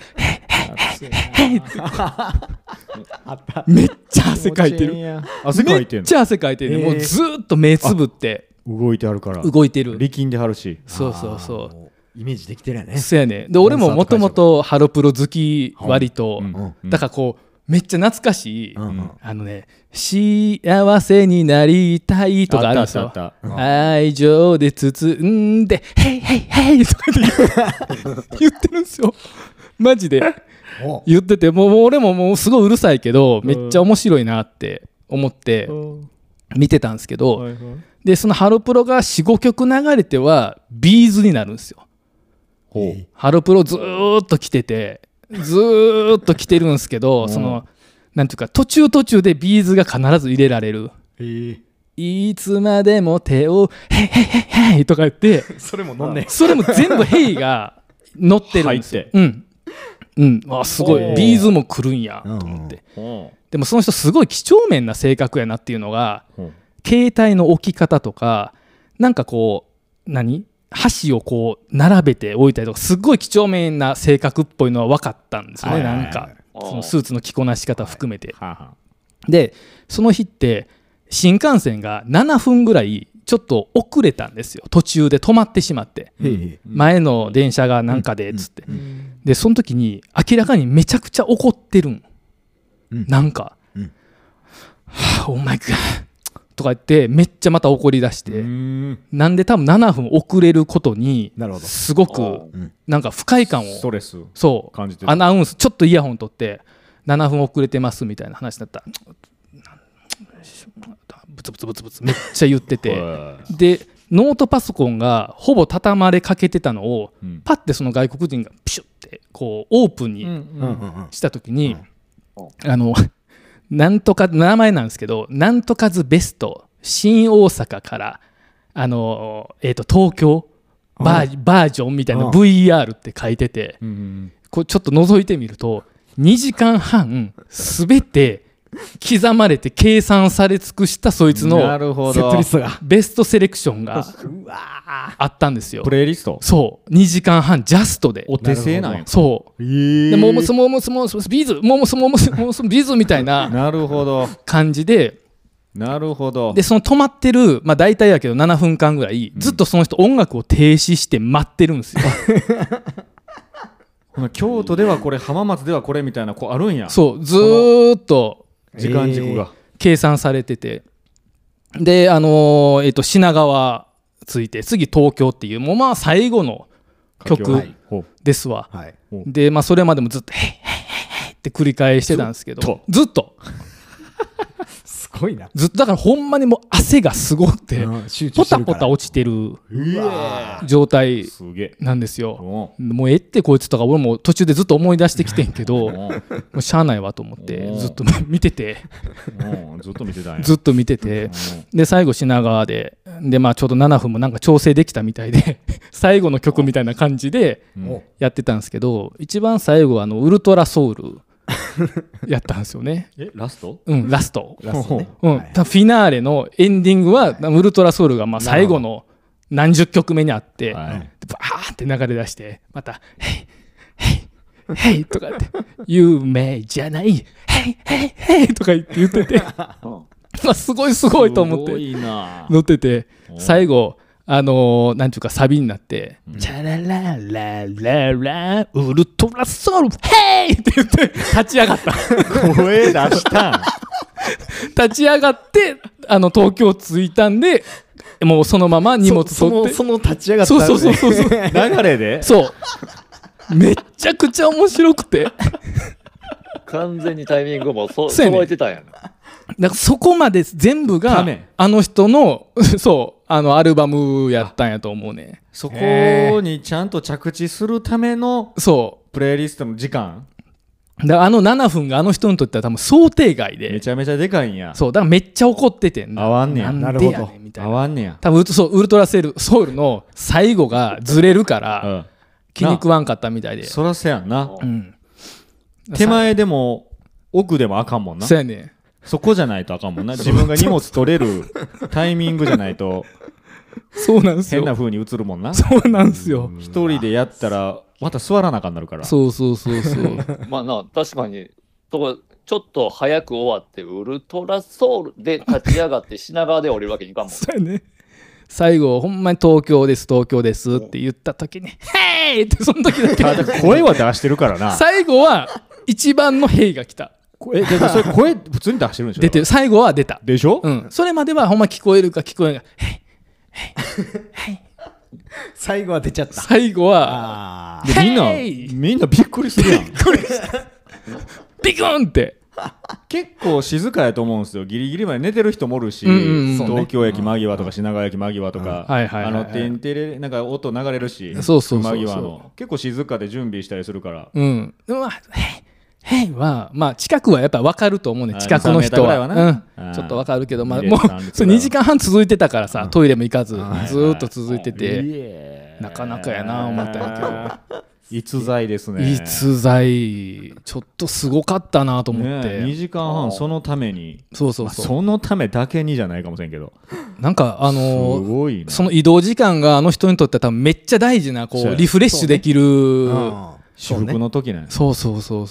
めっちゃ汗かいてる。
る。
汗かいてん
めっ
の
ちゃ汗かいてるね。
え
も
ー。
うずーっと目つぶって
動いてあるから。
動いてる。
力んではるし。
そうそうそう
イメージできてるやね
う。。そうやね。で、俺ももともとハロプロ好き割と、
う
だからこう、めっちゃ懐かしい。
うんうん
あのね、幸せになりたいとかあるんです
あ
よ
ったあった。
愛情で包んで、ヘイヘイヘイとかって 言う言ってるんですよ。マジで。
お
言ってて、もうもう俺ももうすごいうるさいけど、めっちゃ面白いなって思って見てたんですけど、で、そのハロプロが4、5曲流れては、ビーズになるんですよ。
ほ
え
ハロプロずーっと来てて、ずーっと来てるんですけど、その、なんていうか、途中途中でビーズが必ず入れられる。
え
いつまでも手を、ヘイヘイヘイヘイとか言って、
それも飲んで。
それも全部ヘイが乗ってるんですよ
入っ。
うん。うん。あ、すごい
おー。
ビーズも来るんや、と思って。でもその人すごい几帳面な性格やなっていうのが、
う。
携帯の置き方とか、なんかこう、何箸をこう並べて置いたりとかすっごい几帳面な性格っぽいのは分かったんですよ
はい
ね、
はいはい
なんかそのスーツの着こなし方含めて、
はは。
でその日って新幹線が7分ぐらいちょっと遅れたんですよ途中で止まってしまって
へえ。
前の電車がなんかでっつって、でその時に明らかにめちゃくちゃ怒ってるん、
うん
なんか「
うん
はあお前か」とか言ってめっちゃまた怒り出して、
うん。
なんで多分7分遅れることに
なるほど
すご
あ
く
うん
なんか不快感を
ストレス。
そう
感じてる
アナウンスちょっとイヤホン取って7分遅れてますみたいな話になったらブツブツブツブツめっちゃ言ってて。
は
でノートパソコンがほぼ畳まれかけてたのを、
うん
パッてその外国人がピシュってこうオープン
い
に
うんうんうん。
した時に、
うん
あの なんとか名前なんですけどなんとかずベスト新大阪からあの、えー、と東京バー,、バージョンみたいな
うん
VR って書いてて、
うん。
こうちょっと覗いてみると2時間半全て刻まれて計算され尽くしたそいつの
なるほ
セット
ど
リ。ストが。
ベストセレクションがあったんですよ
プ。レイリスト。
そう、2時間半ジャストで。
お手製なんや。
そう。
え
で、モームス、モームス、モームス、ビーズ、モームス、モームス、モームス、ビーズみたいな
なるほど。
感じで、
なるほど。
で、その止まってる、まあ大体やけど7分間ぐらい、ずっとその人音楽を停止して待ってるんですよ。
ほな京都ではこれ、浜松ではこれみたいな、こうあるんや。
そう、ずーっと
時間軸が。
計算されてて。で、あのーえっと、品川ついて、次東京っていう、もうまあ最後の曲
はいほう
ですわ。
はい。
で、まあ、それまでもずっと「へいへいへいへい」って繰り返してたんですけど
ずっと
ずっと
すごいな。
ずっとだからほんまにもう汗がすごくて
うん集中
ポ
して
タ
る
ポ
から
タ落ちてる
うわ
状態
すげえ。
なんですよ。
お
もうええってこいつとか俺も途中でずっと思い出してきてんけども
お
うしゃあないわと思って
お
ずっと 見てて
おずっと見てたんや。
ずっと見ててで最後品川ででまあちょうど7分もなんか調整できたみたいで 最後の曲みたいな感じで
うん
お
やってたんですけど一番最後はあのウルトラソウルやったんですよね。
え、ラスト
うん、ラスト
ラストね。
うん
はい
多分フィナーレのエンディングは、ウルトラソウルがまあ最後の何十曲目にあって、
はい
バーって流れ出してまた「ヘイヘイヘイ」とかって「夢じゃないヘイヘイヘイ」とか言って 言っててまあすごいすごいと思っ
すご
て
いな
乗ってて
お
最後あのーなんていうかサビになって「チャラララララウルトラソウルヘイ!」って言って立ち上がった。
声出したん
立ち上がってあの東京着いたんでもうそのまま荷物
そ
取って
そのその立ち上がった
そうそうそう
ね
そう そう
流れで
そうめっちゃくちゃ面白くて
完全にタイミングもそ
そうやね
揃えてたんやな
だからそこまで全部
た
が
め
あの人の そうあのアルバムやったんやと思うね
そこ
へー
にちゃんと着地するための
そ
プレイリストの時間
うだからあの7分があの人にとっては多分想定外
め
で
ちゃめちゃでかいんや
そうだからめっちゃ怒ってて
合わんねや
なんでや
な
ね
るほ
んみたい
合
な
わんねや
多分ウルトそうウルトラセルソウルの最後がずれるから
うん
気に食わんかったみたいで、
そらせやんな
うん、
手前でも奥でもあかんもんな
そうやね
そこじゃないとあかんもんな自分が荷物取れるタイミングじゃないと
そうなんすよ
変な風に映るもんな
そうなんすよ
一人でやったらまた座らなあかんなるから
そうそうそ うそう
まあな、確かに、とこちょっと早く終わって、ウルトラソウルで立ち上がって、品川で降りるわけにいかんもん。
そうやね。最後、ほんまに東京です、東京ですって言った時に、ヘイってその時だけ、
ただ声は出してるから な
最後は一番のヘイが来た。
えだってそれ声普通に出してるんでしょ
出てる。最後は出た。
でしょ、
うん。それまではほんま聞こえるか聞こえないか、ヘイ
最後は出ちゃった。
最後は、
あ
でみんな
へい
みんなびっくりするや ん
ビクンって。
結構静かやと思うんですよギリギリまで寝てる人もおるし、
うんうんうん
東京駅間際とか品川駅間際とか、
はいはいは
あ
いはい
のテンテレなんか音流れるし
そうそうそうそう
間際の結構静かで準備したりするから
うん。でもまあ、ヘイヘイは、まあ、近くはやっぱ分かると思うね。
あ
近くの
2 3
人は。
メーターぐらいはな
うん
あー
ちょっと分かるけど、まあ、
2
もう、
列3列
そう2時間半続いてたからさ、トイレも行かず、ず
はいはい
ーっと続いてて、
え
なかなかやな思ったんや
逸材ですね
逸材、ちょっとすごかったなと思っ
ね
て。
2時間半そのために
そうそう
まあ
そう。
そのためだけにじゃないかもしれんけど
なんかあ
す
のー
ごいな
その移動時間があの人にとっては多分めっちゃ大事なこ
そう
う
や
リフレッシュできる
ー
そう,、
うん
私
そうね
服の時なんや
そうそうそ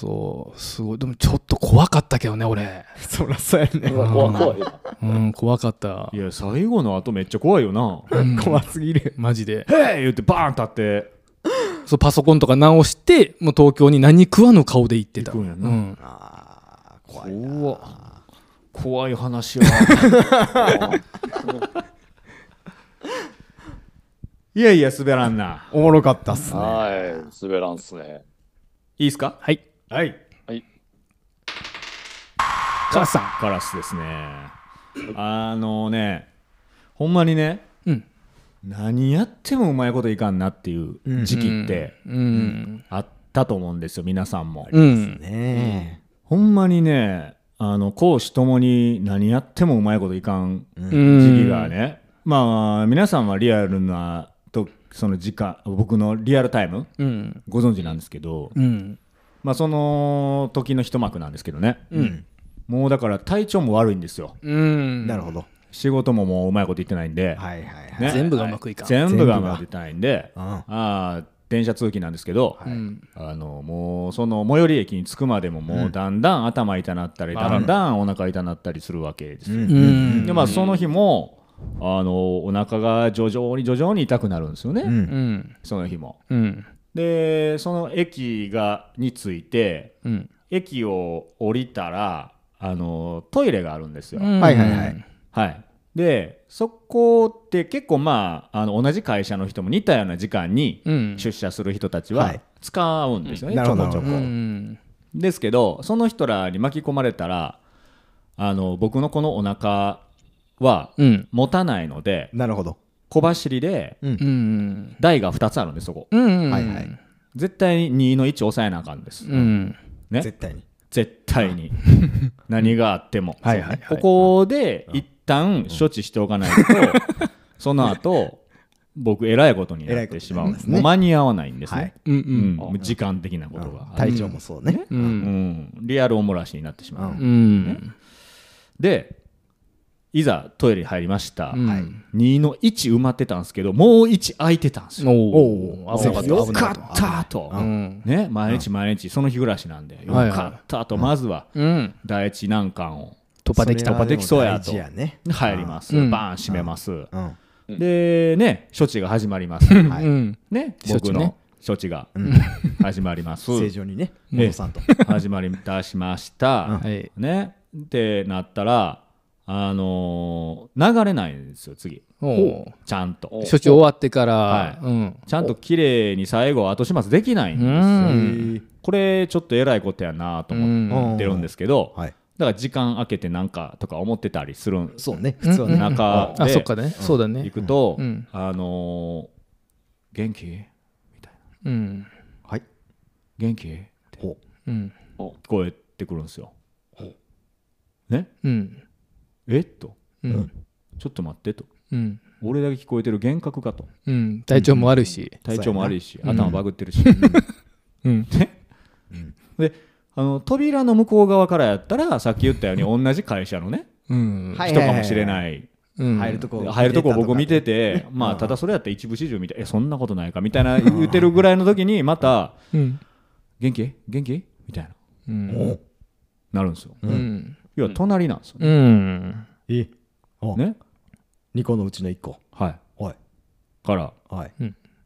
うすごいでもちょっと怖かったけど ね俺
そらそうやね。
うわ怖い怖いよ。
うん怖かった
いや最後の後めっちゃ怖いよな
うん
怖すぎる。
マジで
へえ言ってバーン立って
そうパソコンとか直してもう東京に何食わぬ顔で行ってた
行くんや
う、
なん
あー怖いな。
怖怖い話は いやいや滑らんな
おもろかったっすね。
はい、滑らんっすね。
いいっすか
はい
はい
母さん
カラスですねあのねほんまにね、
うん
何やってもうまいこといかんなっていう時期って
うん
あったと思うんですよ皆さんも、
うん、
ね
ほんまにねあの公私ともに何やってもうまいこといかん
うん、
時期がね、まあ皆さんはリアルなとその時間僕のリアルタイム
うん
ご存知なんですけど、
うん
まあその時の一幕なんですけどね、
うん
もうだから体調も悪いんですよ
うん
え。なるほど。
仕事ももううまいこといってないんで、
はいはいはい。
ね
全部がうまくいかん
全部がうまくいってないんで、
うん
ああ電車通勤なんですけど、
うん
あのもうその最寄り駅に着くまでももうだんだん頭痛なったり、だんだんお腹痛なったりするわけですよ、
うん
うん
でまあその日もあのお腹が徐々に徐々に痛くなるんですよね、
うん。
うん
その日も
うん
でその駅がに着いて
うん
駅を降りたらあのトイレがあるんですよ、
はいはいはい
はいでそこって結構まああの同じ会社の人も似たような時間に
うん
出社する人たち
は
はい使うんですよね、
うん
ちょこち
な
ょ
るほ
こ
どな
うん
ですけどその人らに巻き込まれたらあの僕のこのお腹は
うん
持たないので
なるほど。
小走りで
うん
台が2つあるんですそこ
うん
はいはい。
絶対に2の位置抑えなあかんです、
うん
ね
絶対に。
絶対 に何があっても、
はいはいはい
ここで一旦処置しておかない と、その後僕えらいことになってしまう
え
ん
ら
で
いこ
す、
とに
もう
なり
間に合わないんですね、
はい
うんう
うんんもう時間的なことがある
体調もそうね。
う
うんん、リアルおもらしになってしまう、
うん
うん
でいざトイレに入りました、
はい
2の1埋まってたんですけどもう1空いてたんですよ
お
お
お
ー
危なかっ
よ
危な
か
かった
ったと、
ん
ね、毎日毎日その日暮らしなんで、よ
はい
かったとまずは
たうん
第一難関を
突破できた
突破できそうやと
それはでも大事やね
入ります、
うん
バーン閉めます、
うん。
でね処置が始まります、
は
う
い。
ん
ね
処置
僕
ね
の処置が
うん
始まり ます
正常にね、
え
戻さんと。
始まりだしました、
はい
ねってなったらあのー流れないんですよ次
おお
ちゃんと
お
処置終わってから、
はい
うん
ちゃんと綺麗に最後後始末できないんですよ
うん
これちょっとえらいことやなと思ってるんですけど、
はい。
だから時間空けてなんかとか思ってたりするん
そうね、普通はね。
うん
中
あ、
で
そっかね。そうだね
行。くと、
うん
あのー元気みたいな
うん。
はい。
元気って
ほ
うん。
聞こえてくるんですよ。ね
うん。
えっと
うん。
ちょっと待ってと
うん。
俺だけ聞こえてる幻覚かと
うん。体調も悪いし。
体調も悪いし
やな
頭バグってるし、
うん。
であの扉の向こう側からやったらさっき言ったように同じ会社のね
うん。
はい
人かもしれない。
うん
入るとこ。
入るとこ僕見て
て
て、ま
う
あ
ん
ただそれやったら一部始終みたいえそんなことないかみたいな言ってるぐらいの時にまた
うん。
「元気元気?」みたいな
うん。
なるんですよ
うん。
要は隣なんですよね
うん。
えお
ね
2個のうちの1個。
はい
おい。
から
はい。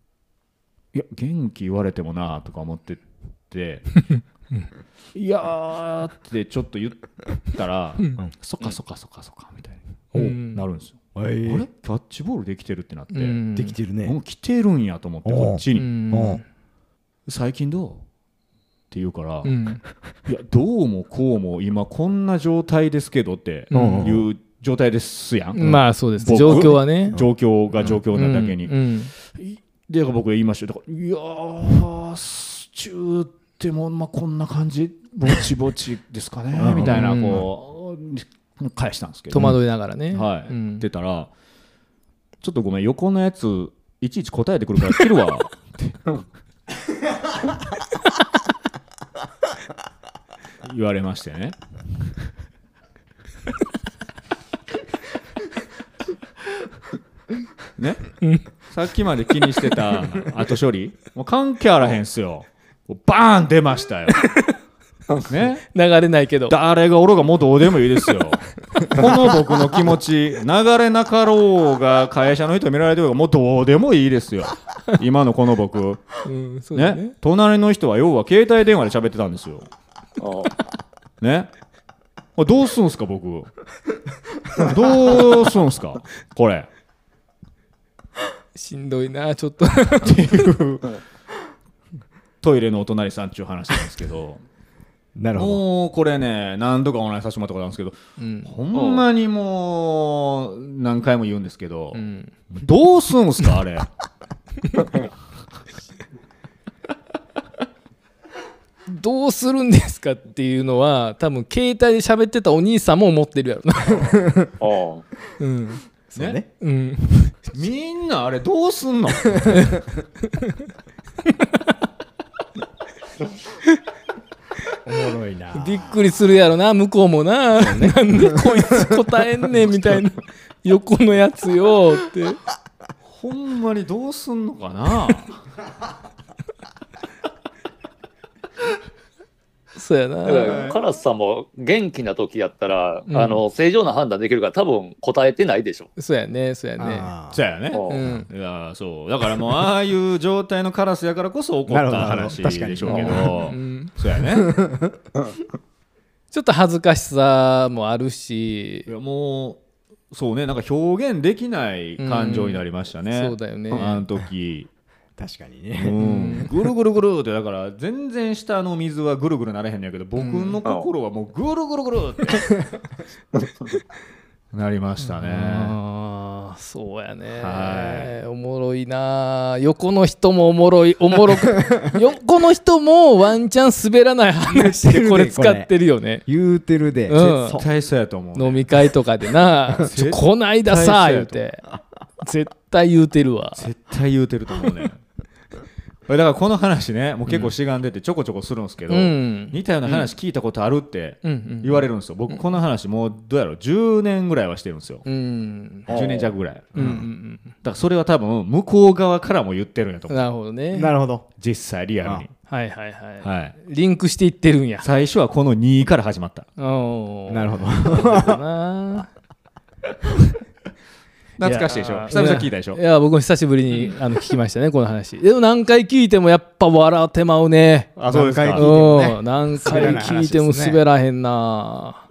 「いや元気言われてもな」とか思って て「いやー」ってちょっと言ったら「そっかそっかそっかそっか」みたい
うん
ななるんですよ
あ
あれキャッチボールできてるってなって
うん
できてる
も
ね
う。来てるんやと思ってこっち
う
に
ん。
うん
「最近どう?」って言うから「
うん。
いやどうもこうも今こんな状態ですけどって
うん
いう状態ですやん、
まあそうですね。
僕
状況はね。
状況が状況なだけに、
うん。
いで僕言いましたよだからいやースチューってもまあこんな感じぼちぼちですかねみたいなこう返したんですけ
戸
ど、
惑いながらね。
はい、
うん
出たらちょっとごめん横のやついちいち答えてくるから切るわって 言われましてねね、さっきまで気にしてた後処理もう関係あらへんっすよもうバーン出ましたよ、ね、
流れないけど。
誰がおろうがもうどうでもいいです よ。この僕の気持ち、流れなかろうが、会社の人に見られてようが、もうどうでもいいですよ。今のこの僕。
うん。そうだね
ね。。隣の人は要は携帯電話で喋ってたんですよ。ね。これどうすんすか、僕。どうすんすか、これ。
しんどいな、ちょっと。
トイレのお隣さんっていう話なんですけど。
なるほど。
もうこれね、何度かお話しさせてもらったことあるんですけど、
うん。
ほんまにもう何回も言うんですけど、
うん。
どうすんすかあれ
どうするんですかっていうのは、多分携帯で喋ってたお兄さんも思ってるやろな。
あ
うん。
そうね。
うん。
みんなあれどうす んの
おもろいな。
びっくりするやろな向こうもな、なんでこいつ答えんねんみたいな横のやつよって
ほんまにどうすんのかな
そうやな
あだからカラスさんも元気な時やったら、
うん
あの正常な判断できるから多分答えてないでしょ。
そうやねそうやね
あ ー
そうやね
あ
うん
いやそうだからもうああいう状態のカラスやからこそ起こ
なる
っ
ほど
た
なるほ
話
ど
でしょうけど
うん
そうやね
ちょっと恥ずかしさもあるし
いやもうそうねなんか表現できない感情になりましたね、
うんそうだよね
あの時
確かに
う
ね。
ん、ぐるぐるぐるってだから全然下の水はぐるぐるなれへんのやけど僕の心はもうぐるぐるぐるってなりましたね。
あーそうやね、
は
おもろいな横の人もおもろいおもろ く横の人もワンチャン滑らない話でこれ使ってるよね
言うてるで。
うん
絶対そうやと思う、
飲み会とかで なちょこないださ言うて絶対言うてるわ
絶対言うてると思う ね。これだからこの話ねもう結構しがんでてちょこちょこするんですけど、
うん
似たような話聞いたことあるって
うんうん
言われるんですよ。僕この話もうどうやろう10年ぐらいはしてるんですよ。
うん
うん
10年弱ぐらい。
うんう
だ
ん
からそれは多分向こう側からも言ってるんやと
うん
思う。
なるほどね
なるほど。
実際リアルに。
はいはいはい、
はい。
リンクしていってるんや
最初はこの2から始まった
な
なるほど。
どな
懐かしいでしょ久々聞いたでしょ
いや僕も久しぶりにあの聞きましたねこの話でも何回聞いてもやっぱ笑ってまうね
あそうですか
何回聞
う
いてもね
ん何回聞いても滑らへんな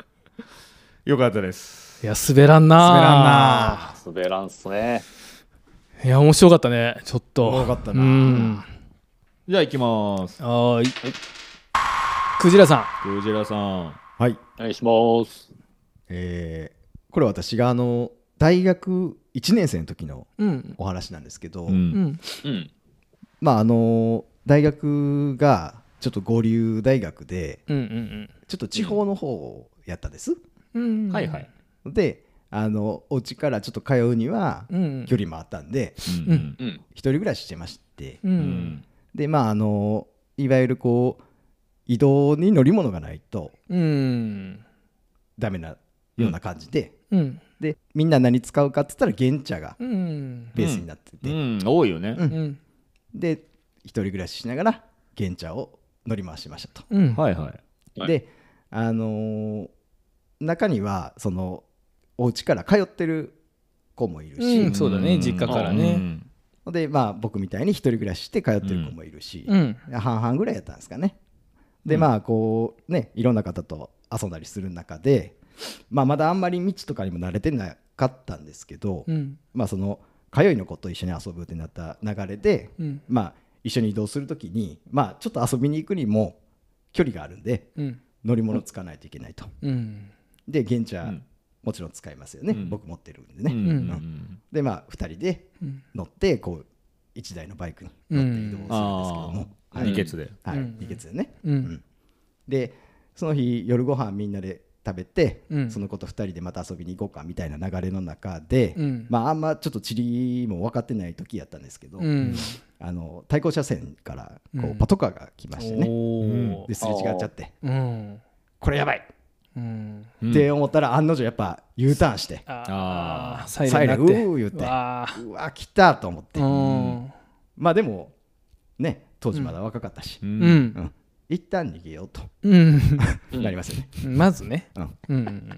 よかったです
いや滑らんな
滑らんな。
滑らんっすね。
いや面白かったねちょっと
おもろかったな
うん
じゃあ行きます
はーい。クジラさん、
クジラさん
はい。
お願いします。
えーこれ私があの大学1年生の時の
うん
お話なんですけど、
うん
うん
うん。
まああの大学がちょっと合流大学で
うんうん
ちょっと地方の方をやったです。
うん
はいはい。
であのお家からちょっと通うには
うん
距離もあったんで
うんうん
うん。
一人暮らししてまして
う
うんん
でまああのいわゆるこう移動に乗り物がないと
うん
ダメなような感じで、
うん
でみんな何使うかって言ったら原茶が
うん
ベースになってて、
うん多いよね。
うん
うん
で一人暮らししながら原茶を乗り回しましたと。
うん
はいはい。
はい
であのー中にはそのお家から通ってる子もいるし、
うんそうだね実家
から
ね
うん
でまあ僕みたいに一人暮らしして通ってる子もいるし、
うん
半々ぐらいやったんですかね。で
うん
まあこうねいろんな方と遊んだりする中で、まあ、まだあんまり未知とかにも慣れてなかったんですけど、
うん
まあその通いの子と一緒に遊ぶってなった流れで、
うん
まあ一緒に移動するときに、まあ、ちょっと遊びに行くにも距離があるんで
うん
乗り物使わないといけないと。
うん
で現茶、
うん
もちろん使いますよね、
うん
僕持ってるんで
う
ね。
んうん
でまあ2人で
うん
乗ってこう1台のバイクに乗って移動するんですけども、
あ
は
あ
い
二血で。
はい
うん
いけつよね。
う
うん
ん
でその日夜ご飯みんなで食べて、
うん
その子と2人でまた遊びに行こうかみたいな流れの中で、
うん
まああんまちょっと地理も分かってない時やったんですけど、
うん
あの対向車線からこ
う
うんパトカーが来ましてね、
うん
ですれ違っちゃって
うん
これやばい
うん
って思ったら案の定やっぱ U ターンして、
あ
あ
ー
ー
サイ
サイ
レ
レ
ン
ン
になって
うー言って
わ
うわ来たと思って、
ーうん
まあでもね当時まだ若かったし、
うん
うん
うん一旦逃げようと
うん
うん
なりますよね、
まずね
うん
うん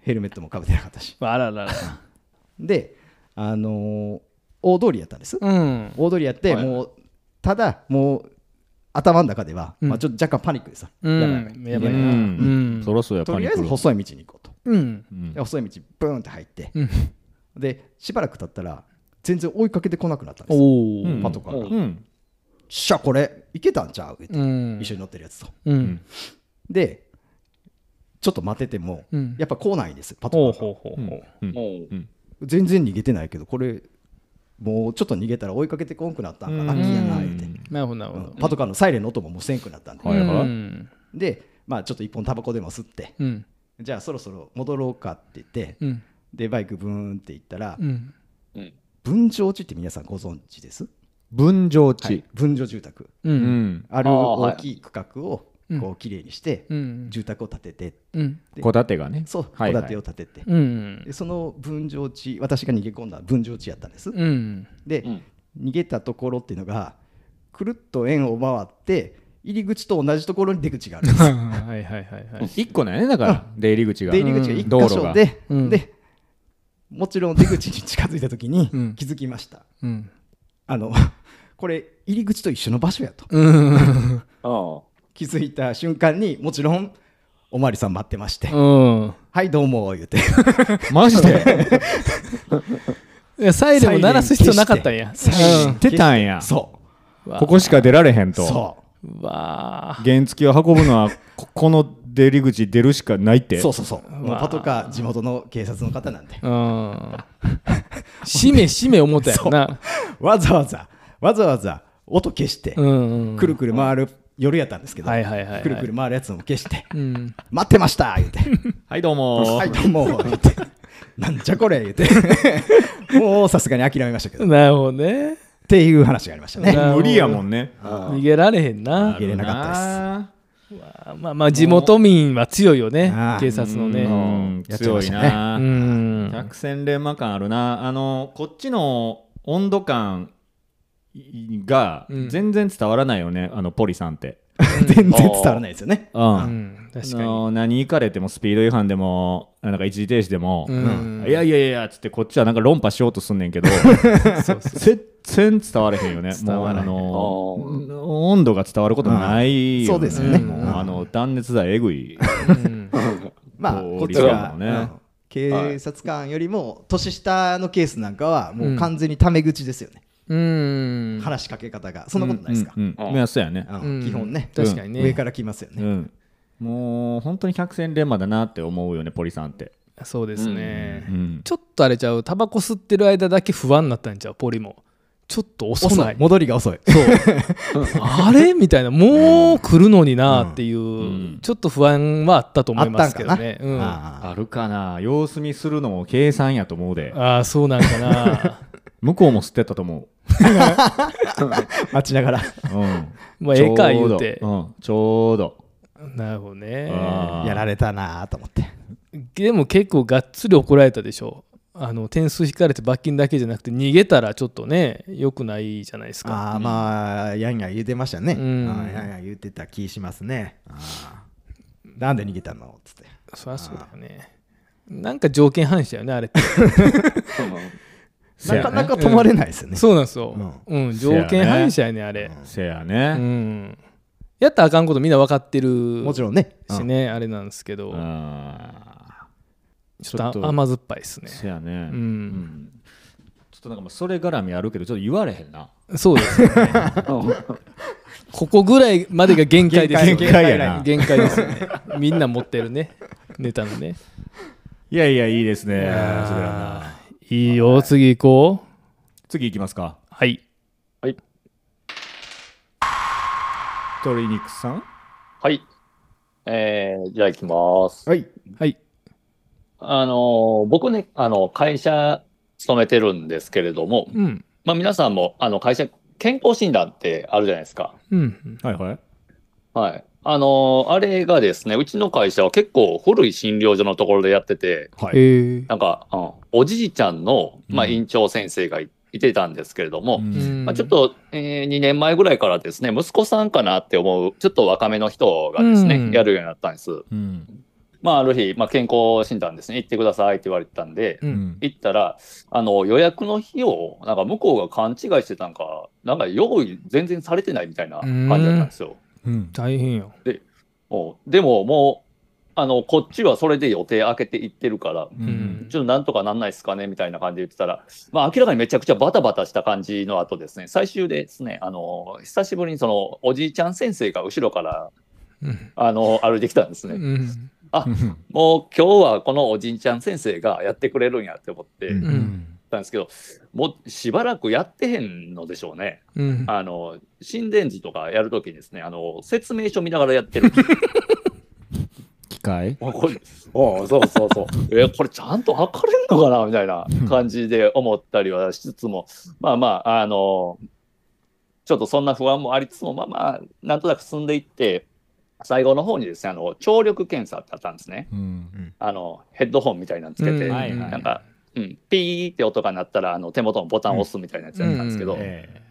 ヘルメットもかぶってなかったし
あららら
であのー大通りやったんです、
うん
大通りやって、
はい
もうただもう頭の中では、
うん
まあ、ちょっと若干パニックでさ、
うん
やばいやば
やば
い
いな
う
うんん
そろそろやっ
と
ぱ
り
り
あえず細い道に行こうと
うん
うん
で細い道ブーンって入って、
うん
でしばらく経ったら全然追いかけてこなくなったんですよ
お
うん
パトカーが、
お
うん
しゃこれいけたんちゃう、言って
うん
一緒に乗ってるやつと
うん
でちょっと待ってても、
うん
やっぱ来ないんですパ
ほう
トカーが
ほうほうほ
うん
もう
うん
全然逃げてないけどこれもうちょっと逃げたら追いかけてこんくなったんかラッキーやな言うて、
うなるほどなるほ
うん
ど
パトカーのサイレンの音ももうせんくなったんで、
はいはい
うん
でまあちょっと一本タバコでも吸って
うん
じゃあそろそろ戻ろうかって言って、
うん
でバイクブーンって行ったら、
うん
うん。
分譲地って皆さんご存知です、
分譲地、
はい分譲住宅
う
うんん
ある
あーはい
大きい区画を
うん
こう綺麗にして、
うん
住宅を建てて、
うん
戸建てがね
そう
はい
戸
はい
建てを建てて、
うん
でその分譲地私が逃げ込んだ分譲地やったんです、
うん
で、
うん
逃げたところっていうのがくるっと円を回って入り口と同じところに出口がある んです
はいはいはいはい
一個なんやねだから出入り口が
出入り口
うん
が1箇所で、
道路が
でもちろん出口に近づいた時に
うん
気づきました、
うん
あのこれ入り口と一緒の場所やと
うん
あ
気づいた瞬間にもちろんおまわりさん待ってまして「
うん
はいどうも」言うて
マジで
いやサイレンを鳴らす必要なかったんや
サイレン
出たんや
そ
ここしか出られへん
う
と
そう
わ
原付を運ぶのはここの出入り口出るしかないっ
う
て
そうそうそう
わ
もうパトカー地元の警察の方なんで
うんしめしめ思ったやろな
わざわざわざわざ音消して、
うんうん
くるくる回る夜やったんですけど、
はいはいはいはい
くるくる回るやつも消して
うん
「待ってました」言う て
はいどうも
はい、どうも、言って、なんじゃこれ、言 って、もうさすがに諦めましたけど、っ
なるほどね
ていう話がありましたね。
な
無理やもんね
逃げられへんな
逃げれなかったです
っ
あまあまあ地元民は強いよね
ああ
警察のね
やっちゃい
強
ま
い
したね
な、
うん
百戦錬磨感あるなあのこっちの温度感が
うん
全然伝わらないよね、あのポリさんって、
全然伝わらないですよね。
うん
う
あ
ん確かに
の何行かれてもスピード違反でもなんか一時停止でも、
うん
いやいやいやっつってこっちはなんか論破しようとすんねんけど
そうそう
全然伝われへんよね
伝わらへん
もうあ
あ
の温度が伝わることないよ、ね
うんそうですよね
もう
うん
あの断熱材えぐい
うん
まあ、
通り
こっちが、
そうだもんね
うん警察官よりも、年下のケースなんかは、もううん完全にタメ口ですよね。
うん
話 しかけ方が、そんなことないですか
う。んうんいやそうやね
う
うん
ん基本ね、
確かにね
上から来ますよ
う
ね。
んもう本当に百戦錬磨だなって思うよねポリさんって、
そうですね、
うん、
ちょっとあれちゃうタバコ吸ってる間だけ不安になったんちゃうポリもちょっと遅
遅
ないい
戻りが遅い
そうあれみたいなもう来るのになっていう、
ん
ちょっと不安はあったと思いますけどね
あったんか
うん、
な
あ
あ
あるかな様子見するのも計算やと思うで
あそうなんかな
向こうも吸ってたと思
あ待ちながら
う、 うん、
まあええか言う
ち
て
ょうど、うん、ちょうど
なるほどね
あー
やられたなーと思って
でも結構がっつり怒られたでしょあの点数引かれて罰金だけじゃなくて逃げたらちょっとね良くないじゃないですか
ああまあやんやん言うてましたね、
うん
あーやんやん言うてた気しますねあーなんで逃げたのつって
そりゃそうだよねなんか条件反射よねあれって
せ
なか
や
な
ね
か止まれないですよね、
そうなんですよ、うん条
そうやね
件反射やねあれ
せや
う
ね、
んやったらあかんことみんな分かってる
もちろんね、うん
しねあれなんですけど
あ
ちょっ
ちょっ
と
と
甘酸っぱいです
ー
ね
せやね、
うん
うんちょっとなんかまあそれ絡みあるけどちょっと言われへんな
そうですよね ここぐらいまでが限界ですよね
限界やな
限界ですよねみんな持ってるねネタのね
いやいやいいですねそれはない
いよ次行こう
次いきますか
はい
鶏肉さん
はい。えー、じゃあ行きます。
はい
はい
あのー僕ね、あの、会社勤めてるんですけれども、
うん
まあ皆さんも、あの、会社、健康診断ってあるじゃないですか。
うん
はいはい
はい。あのーあれがですね、うちの会社は結構古い診療所のところでやってて、
えー
なんか、うんおじいちゃんの、まあ、
うん
院長先生がいいてたんですけれども、
うん
まあ、ちょっと、えー2年前ぐらいからですね、息子さんかなって思う、ちょっと若めの人がですね、
うん
やるようになったんです。
うん
まあ、ある日、まあ、健康診断ですね、行ってくださいって言われてたんで、
う
うんん
行ったら、あの、予約の費用、なんか向こうが勘違いしてたんか、なんか用意全然されてないみたいな感じだったんですよ。
うん
大変よ
おでも、もう、あの、こっちはそれで予定開けて行ってるから、
う
うんん
ちょっとなんとかなんないですかねみたいな感じで言ってたら、まあ、明らかにめちゃくちゃバタバタした感じの後ですね、最終でですね、あの、久しぶりにその、おじいちゃん先生が後ろから、
うん
あの、歩いてきたんです
う
ね。
ん
もう今日はこのおじいちゃん先生がやってくれるんやって思って
うん
行っ
うん
たんですけど、もうしばらくやってへんのでしょうね。
うん
あの、心電図とかやるときにですね、あの、説明書見ながらや ってる。
機械
あこれああそうそうそう。 え、これちゃんと測れんのかなみたいな感じで思ったりはしつつも、まあまあ、あの、ちょっとそんな不安もありつつも、まあまあ、なんとなく進んでいって、最後の方にですね、あの、聴力検査ってあったんですね。
うん
あの、ヘッドホンみたいなのつけて、
うん
はいはい
なんか、うん、ピーって音が鳴ったら、あの、手元のボタンを押すみたいなやつだったんですけど、
うん
え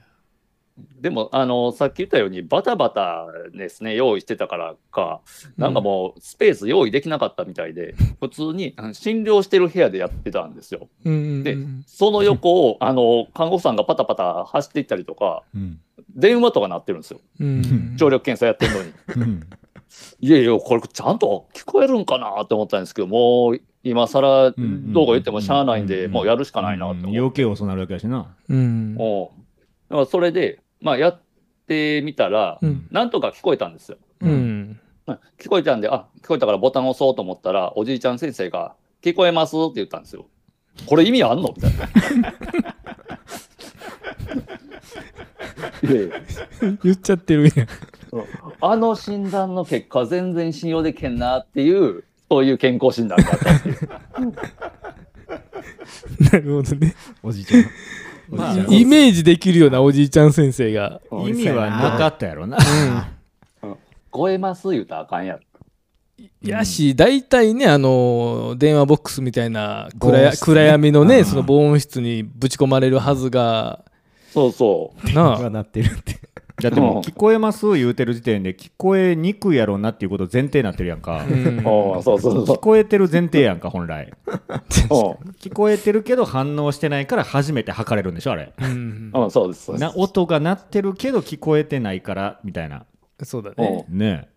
でも、あの、さっき言ったように、バタバタですね、用意してたからか、なんかもう、スペース用意できなかったみたいで、普通にあの診療してる部屋でやってたんですよ。
うん
でその横を、あの、看護婦さんがパタパタ走っていったりとか、
えうん
電話とか鳴ってるんですよ。
うん
聴力検査やってるのに。
うん
いやいや、これちゃんと聞こえるんかなと思ったんですけど、もう、今更、ど
うん
うか言ってもしゃあないんで、
うん
もうやるしかないなと
うん
思って
余計遅なるわけやしな
うん
おだからそれで、まあ、やってみたら、
うん
なんとか聞こえたんですよ。
うん
まあ聞こえたんで、あ聞こえたからボタン押そうと思ったら、おじいちゃん先生が、聞こえますって言ったんですよ。これ意味あんのみたいな。いやいや
言っちゃってるやん
あの診断の結果、全然信用できへんなっていう、そういう健康診断があったっていう。
なるほどね
おじいちゃんお
まあ
じいちゃん
イメージできるようなおじいちゃん先生が
意味はなかったやろな
聞こえます言うたらあかんやろ。
いやし大体ねあの電話ボックスみたいな
防音
暗や
室ね
暗闇の
う
ね
ん
その防音室にぶち込まれるはずが
そうそう。
な
はなってるって
だってもう聞こえます言うてる時点で聞こえにくいやろうなっていうこと前提になってるやんか
あうん
おうそうそう
聞
そ
こえてる前提やんか本来
う。お
聞こえてるけど反応してないから初めて測れるんでしょあれ
うん
ううん、そうです。そうです
な音が鳴ってるけど聞こえてないからみたいな
そうだ
おう
ね
ね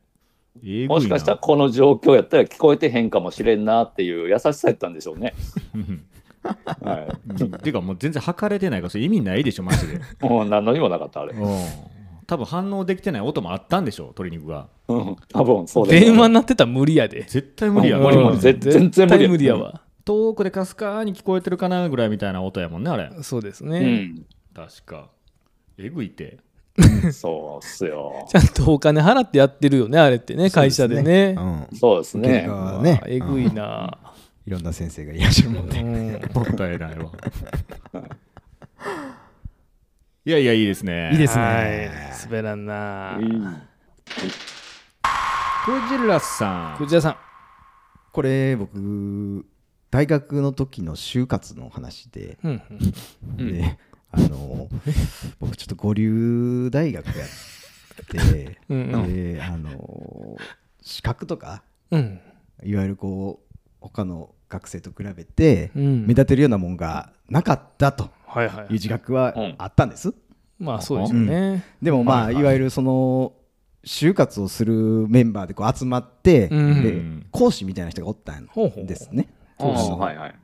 ええぐいな
もしかしたらこの状況やったら聞こえてへんかもしれんなっていう優しさやったんでしょ うね。
うん
は
うんていうかもう全然測れてないからそれ意味ないでしょマジで
い、もう何のにもなかったあれ。
うん多分反応できてない音もあったんでしょう鶏肉が
うん多分そうだよ
電話になってたら無理やで。
絶対無理や
無理無理
うん
絶全然無理や
絶対無理やわ。
遠くでかすかに聞こえてるかなぐらいみたいな音やもんねあれ
そうです
う
ね。
ん
確かえぐいて
そうっすよ
ちゃんとお金払ってやってるよね、あれってね、会社でね。
うん
そうです
結
ね
果
う
は
わ
ね
えぐいな。
いろんな先生がいらっしゃるもん
う
で
ん
もったい ないわいやいやいいですね
いいですすね
はい滑らんな。
クジラさ
藤
ん
田さん。
これ僕大学の時の就活の話で
うん
であの僕ちょっと五流大学やって
うんうん
であの資格とか
うん
いわゆるこう他の学生と比べて
うん
目立てるようなもんがなかったと
はいはい
いう自覚はあったんです、
まあそうですよね。
でもまあ、
はい
い
はい
わゆるその就活をするメンバーでこう集まって、
うん
で講師みたいな人がおったん
ほうほう
ですね
あーはいはい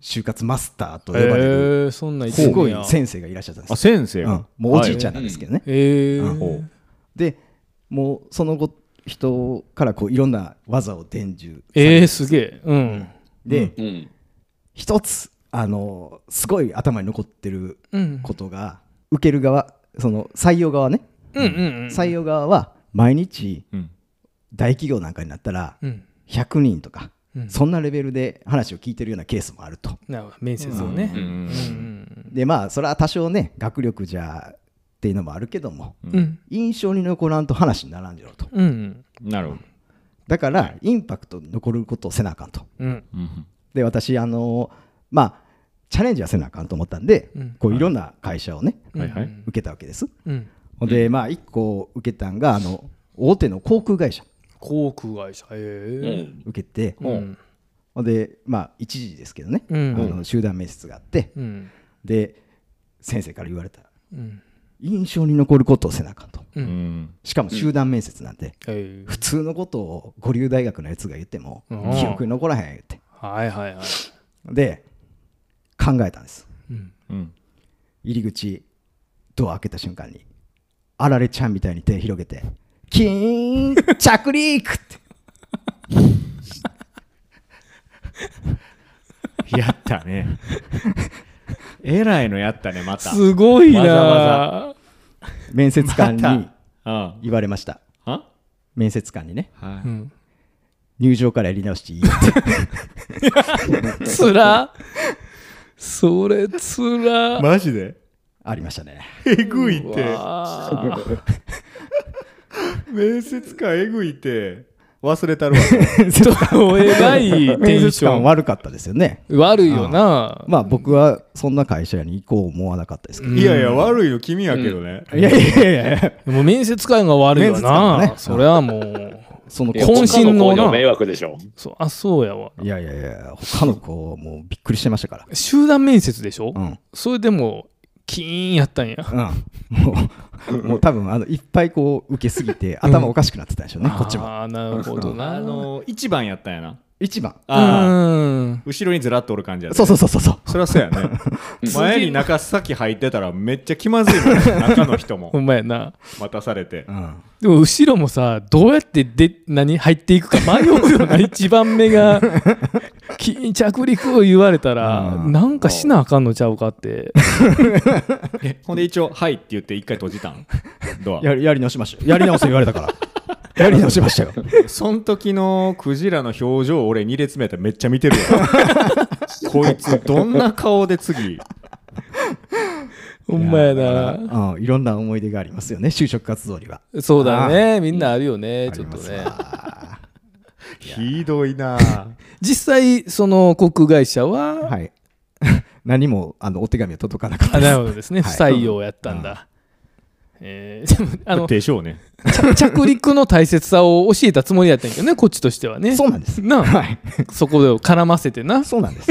就活マスターと
へ
呼ばれる
えそんな
すごい
や
先生がいらっしゃったんで
あ
す、
先生
うん、もうおじいちゃんなんですけどね、
へえ
うんでもうその後人からこういろんな技を伝授さ
え
れ
ー、すげえ。うん。
で、
うん
一つあのすごい頭に残ってる
うん。
ことが受ける側その採用側ね
うんうん
採用側は毎日
うん
大企業なんかになったら
うん。うん。
100人とか、
うん
そんなレベルで話を聞いてるようなケースもあると。
なるほど面接をね。
う
うんん
でまあそれは多少ね学力じゃっていうのもあるけども
うんうん。
印象に残らんと話にならんじゃろうと
うん
なるほど
だからインパクトに残ることをせなあかんと
うん。
うん
で私あのまあチャレンジはせなあかんと思ったんで、
うん
こういろんな会社をね、
うん。
はいはい
受けたわけです
うん。
ほんでまあ1個受けたんがあの大手の航空会社
航空会社。
う
へえ。
ん
受けて、
うん。
ほんでまあ一時ですけどね、
う
あ
ん。
の集団面接があって、
うん。
で先生から言われた
うん。
印象に残ることをせなあかんと
う
うんん
しかも集団面接なんで、
へえ
普通のことを五流大学のやつが言っても、
うん
記憶に残らへん言って
はいはいはい。
で考えたんです
うん。
うん
入り口ドア開けた瞬間にあられちゃんみたいに手広げて「キーン着陸!」
やった ねえらいのやったねまた
すごいな
わざわ
面接官に
あ
言われました
は
面接官にね
は
う
い
ん。
入場からやり直していいよって
つら。それつら。
マジで
ありましたね
えぐいて
わあ
面接官えぐいて忘れたる わ
どえらいテ
面
ン
接
ショ
官
ン
悪かったですよね
悪いよな、
まあ僕はそんな会社に行こう思わなかったですけど、
いやいや悪いの君やけどね、
いやいやいやいや
もう面接官が悪いよ
面接官
な、
がね
それはもう
その
いや
渾
他子
身のな
にも迷惑でしょ
そうあそうやわ
いやいやいや他の子もうびっくりしてましたから
集団面接でしょ、
うん
それでもキーンやったんや
うんもうもう多分あのいっぱいこう受けすぎて頭おかしくなってたんでしょうね、こっちも
ああなるほどな
あの一番やったんやな
一番
ああ
うん
後ろにずらっとおる感じやね
そうそうそうそうそう
そりゃそうやね前に中先入ってたらめっちゃ気まずいもん ね中の人
ほ
も
んまやな
待たされて
うん
でも後ろもさどうやってで何入っていくか迷う よな一番目が「キーン着陸」を言われたら
うん
なんかしなあかんのちゃうか って
えほんで一応「はい」って言って一回閉じたんドア
やりやり直しましたよやり直せ言われ たからやり直しましたよ
そん時のクジラの表情俺2列目やったらめっちゃ見てるわ こいつどんな顔で次
ほんまや
だから
な
うん、いろんな思い出がありますよね就職活動には
そうだねみんなあるよねちょっとね
あ
ひどいな
実際その航空会社は、
ーはい 何もあのお手紙は届かなかった
あ
で
な
す
るほどですね、
はい
不採用やったんだ、えーで もあの
でしょうね
着着陸の大切さを教えたつもりやったんやけどねこっちとしてはね
そうなんです
なあ
はい
そこを絡ませてな
そうなんです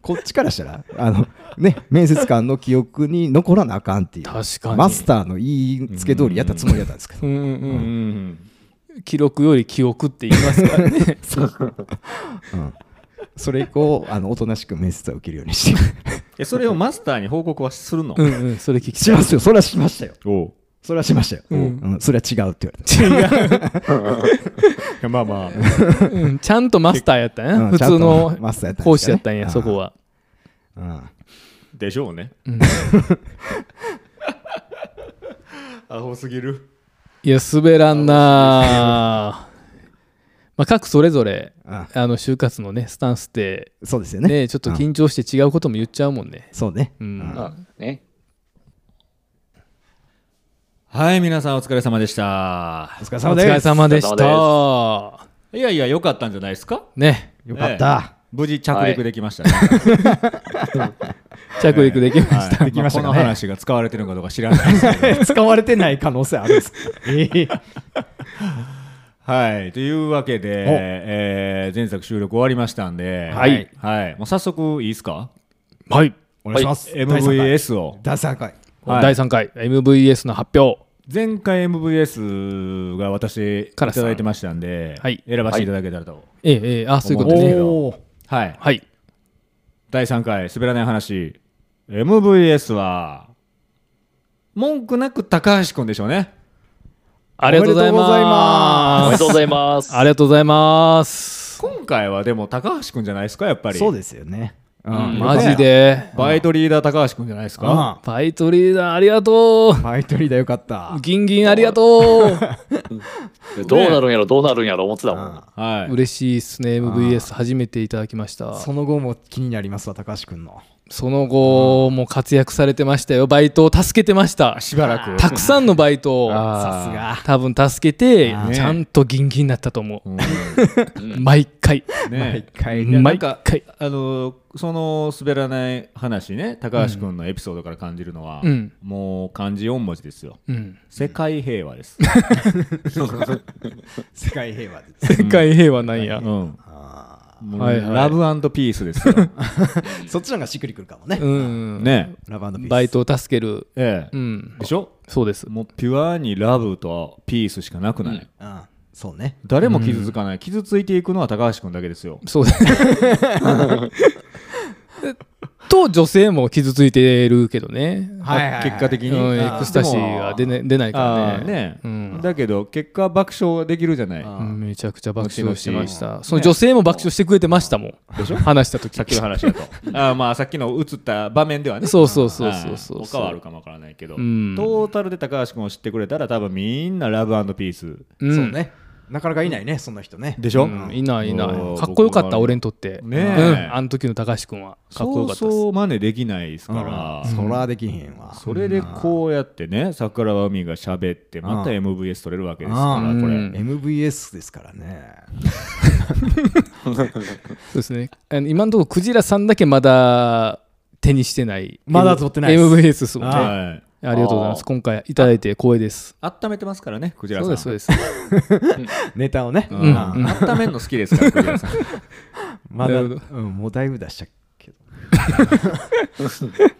こっちからしたらあのね面接官の記憶に残らなあかんっていう
確かに
マスターの言いつけ通りやったつもりだったんですけど
うんう
うんん
うん、記録より記憶って言いますから ね
それ以降あのおとなしく面接は受けるようにして
えそれをマスターに報告はするの
うんうんそれ聞き
した
い
ますよそれはしましたよ
おう
それはしましたよ、
うん
うんそれは違うって言われた
まあまあ、
うんちゃんとマスターやったんや
うん
普通
ちゃんと
の
マスターやったんですよね
講師やったんや、そこは。
うん
でしょうね。
うん
アホすぎる。
いや、滑らんなあまあ、各それぞれ、
あ
あの、就活のね、スタンスって、
そうですよね
ね、ちょっと緊張して違うことも言っちゃうもんね。
そうね
うん。
まあね。
はい、皆さんお疲れ様でした
お。疲れ
お
様
疲
です
れ様で
お
し
疲れ
た。
いやいや、良かったんじゃないですか
ね、
よかった、
無事着陸できましたね。
着陸できました。
はい
できましたかね
あこの話が使われてるのかどうか知らないですけど。
使われてない可能性あるんです、
はい、というわけで、えー前作収録終わりましたんで、
はい
はい、もう早速いいですか
はい。
お願いします、
MVS を
第3回
はい
第3回 MVS の発表。
前回 MVS が私いた
カラスさん
だいてましたんで、
はい
選ばせていただけたらと、
ええ、ええ、あ、そういうこと
思
ね
う。
おー
はい
はい。
第3回滑らない話 MVS は文句なく高橋君でしょうね
ありがとうござい
おめでとうござい
ま
お
ま
す。
めでとうございます。
ありがとうございます。
今回はでも高橋君じゃないですかやっぱり
そうですよね、う
う
ん
ん
マジで。
バイトリーダー高橋君じゃないですか
あ
バイトリーダーありがと
あ買い取りだよかった
う。ギンギンありが
ど
と
うなるんやろ、どうなるんやろ、思ってたもん。
は
う。
い
嬉しいですね。MVS 初めていただきました。
その後も気になりますわ高橋君の
その後も活躍されてましたよ。バイトを助けてました。
しばらく
たくさんのバイトを
あ
さすが
多分助けて
あ
ー
ちゃんとギンギンになったと思う。
うん
毎回。
ね
回
いやなん
毎
か
回。
あのその滑らない話ね高橋君のエピソードから感じるのは、
うん
もう漢字4文字ですよ
うん。
世界平和です、
世界平和で
世界平和なんや
うん。もう
はいはい
ラブピースですよ、
すそっちの方がしっくりくるかもね、
うん。
ね
ラブピース
バイトを助ける。
ええ
うん。
でしょ
そうです。
もうピュアにラブとピースしかなくない、
うんそうね
誰も傷つかない、傷ついていくのは高橋君だけですよ
そうです。と女性も傷ついてるけどね。
はいはいはい
結果的に、
うん
ああ
エクスタシーが出,、ね、出ない
でもあ
から
あ
ね
ね
うん
だけど結果爆笑はできるじゃない、
あ
うんめちゃくちゃ爆笑してまし
後
た
々
その女性も爆笑してくれてましたもん
でしょ
話した時
さっきの話だ とああまあさっきの映った場面ではね
そうそうそうそうそう
はい他はあるかもわからないけど、
うん
トータルで高橋君を知ってくれたら多分みんなラブピース
うん
そうねなかなかいないねそんな人ね
でしょ、
うんいないいない
うん
かっこよかった俺にとって
ねえ
うんあの時の高橋君はかっこ
そ
よか
う
ったです
そう真似できないですから、
うんそらできへんわ
それでこうやってね桜庭海が喋ってまた
う
MVS 取れるわけですから、
うん
これ、
うん
MVS ですからね
そうですねあの今のところクジラさんだけまだ手にしてない
まだ取ってないです
MVS ですもんねあ
はい
りがとうございます今回いただいて光栄です
温めてますからねクジラ
そ
さ
うんですそうです
ネタをね
うん
うん
温めるの好きですからクジラさん
まだ
な
う
るほ
んもうだいぶ出したけど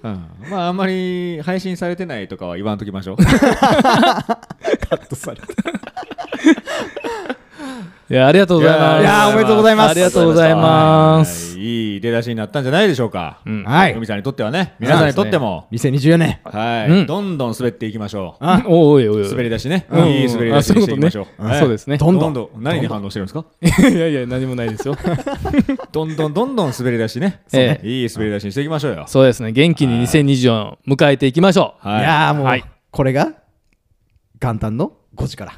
うんまああんまり配信されてないとかは言わんときましょう
カットされて
いやありがとうございます
いやーおめでとうございます
ありがとうございます
はいいい出だしになったんじゃないでしょうか、
うん
は
海
い
さんにとってはね皆さんにとっても、
2024年
はい、
うん
どんどん滑っていきましょう
あ
おいおいおいお い
滑り出しね、
うん
いい滑り出しにしていきましょう、
あそういうことねあそうですね
どんど
ど
ん
ん
どん何に反応してるんですか
いやいや、何もないですよ。
どんどんどんどん滑り出しね。
そうね
ええいい滑り出しにしていきましょうよ。
そうですね、元気に2024を迎えていきましょう。
はいい。
やーもう
はい
これが元旦の5時から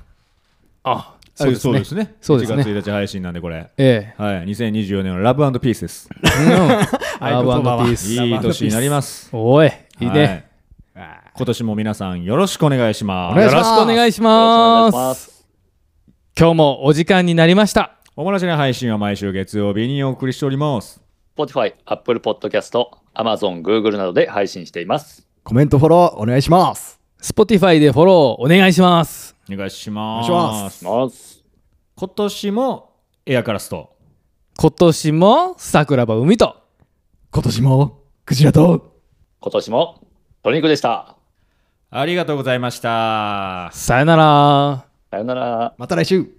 あ、
そうですね。
そうです
1
ね
月1日配信なんでこれ。
え
はい。2024年はラブピースです。
え。うん。ラ
合言葉は
ブピース。
いい年になります。
おい、いい
は
ね。。
今年も皆さんよろしくお願いしま
お願い
す。
よろ
しま
し
す
くお願いし
よろ
ま
しくお願いします
す。今日もお時間になりました。
おもらしの配信は毎週月曜日にお送りしております。
Spotify、Apple Podcast、Amazon、Google などで配信しています。
コメントフォローお願いします
Spotify でフォローお願いします。
お願いします。
お願いします
ます
今年もエアカラスと。
今年も桜庭海と。
今年もクジラと
今年も鶏肉でした。
ありがとうございました。
さよなら。
さよなら。
また来週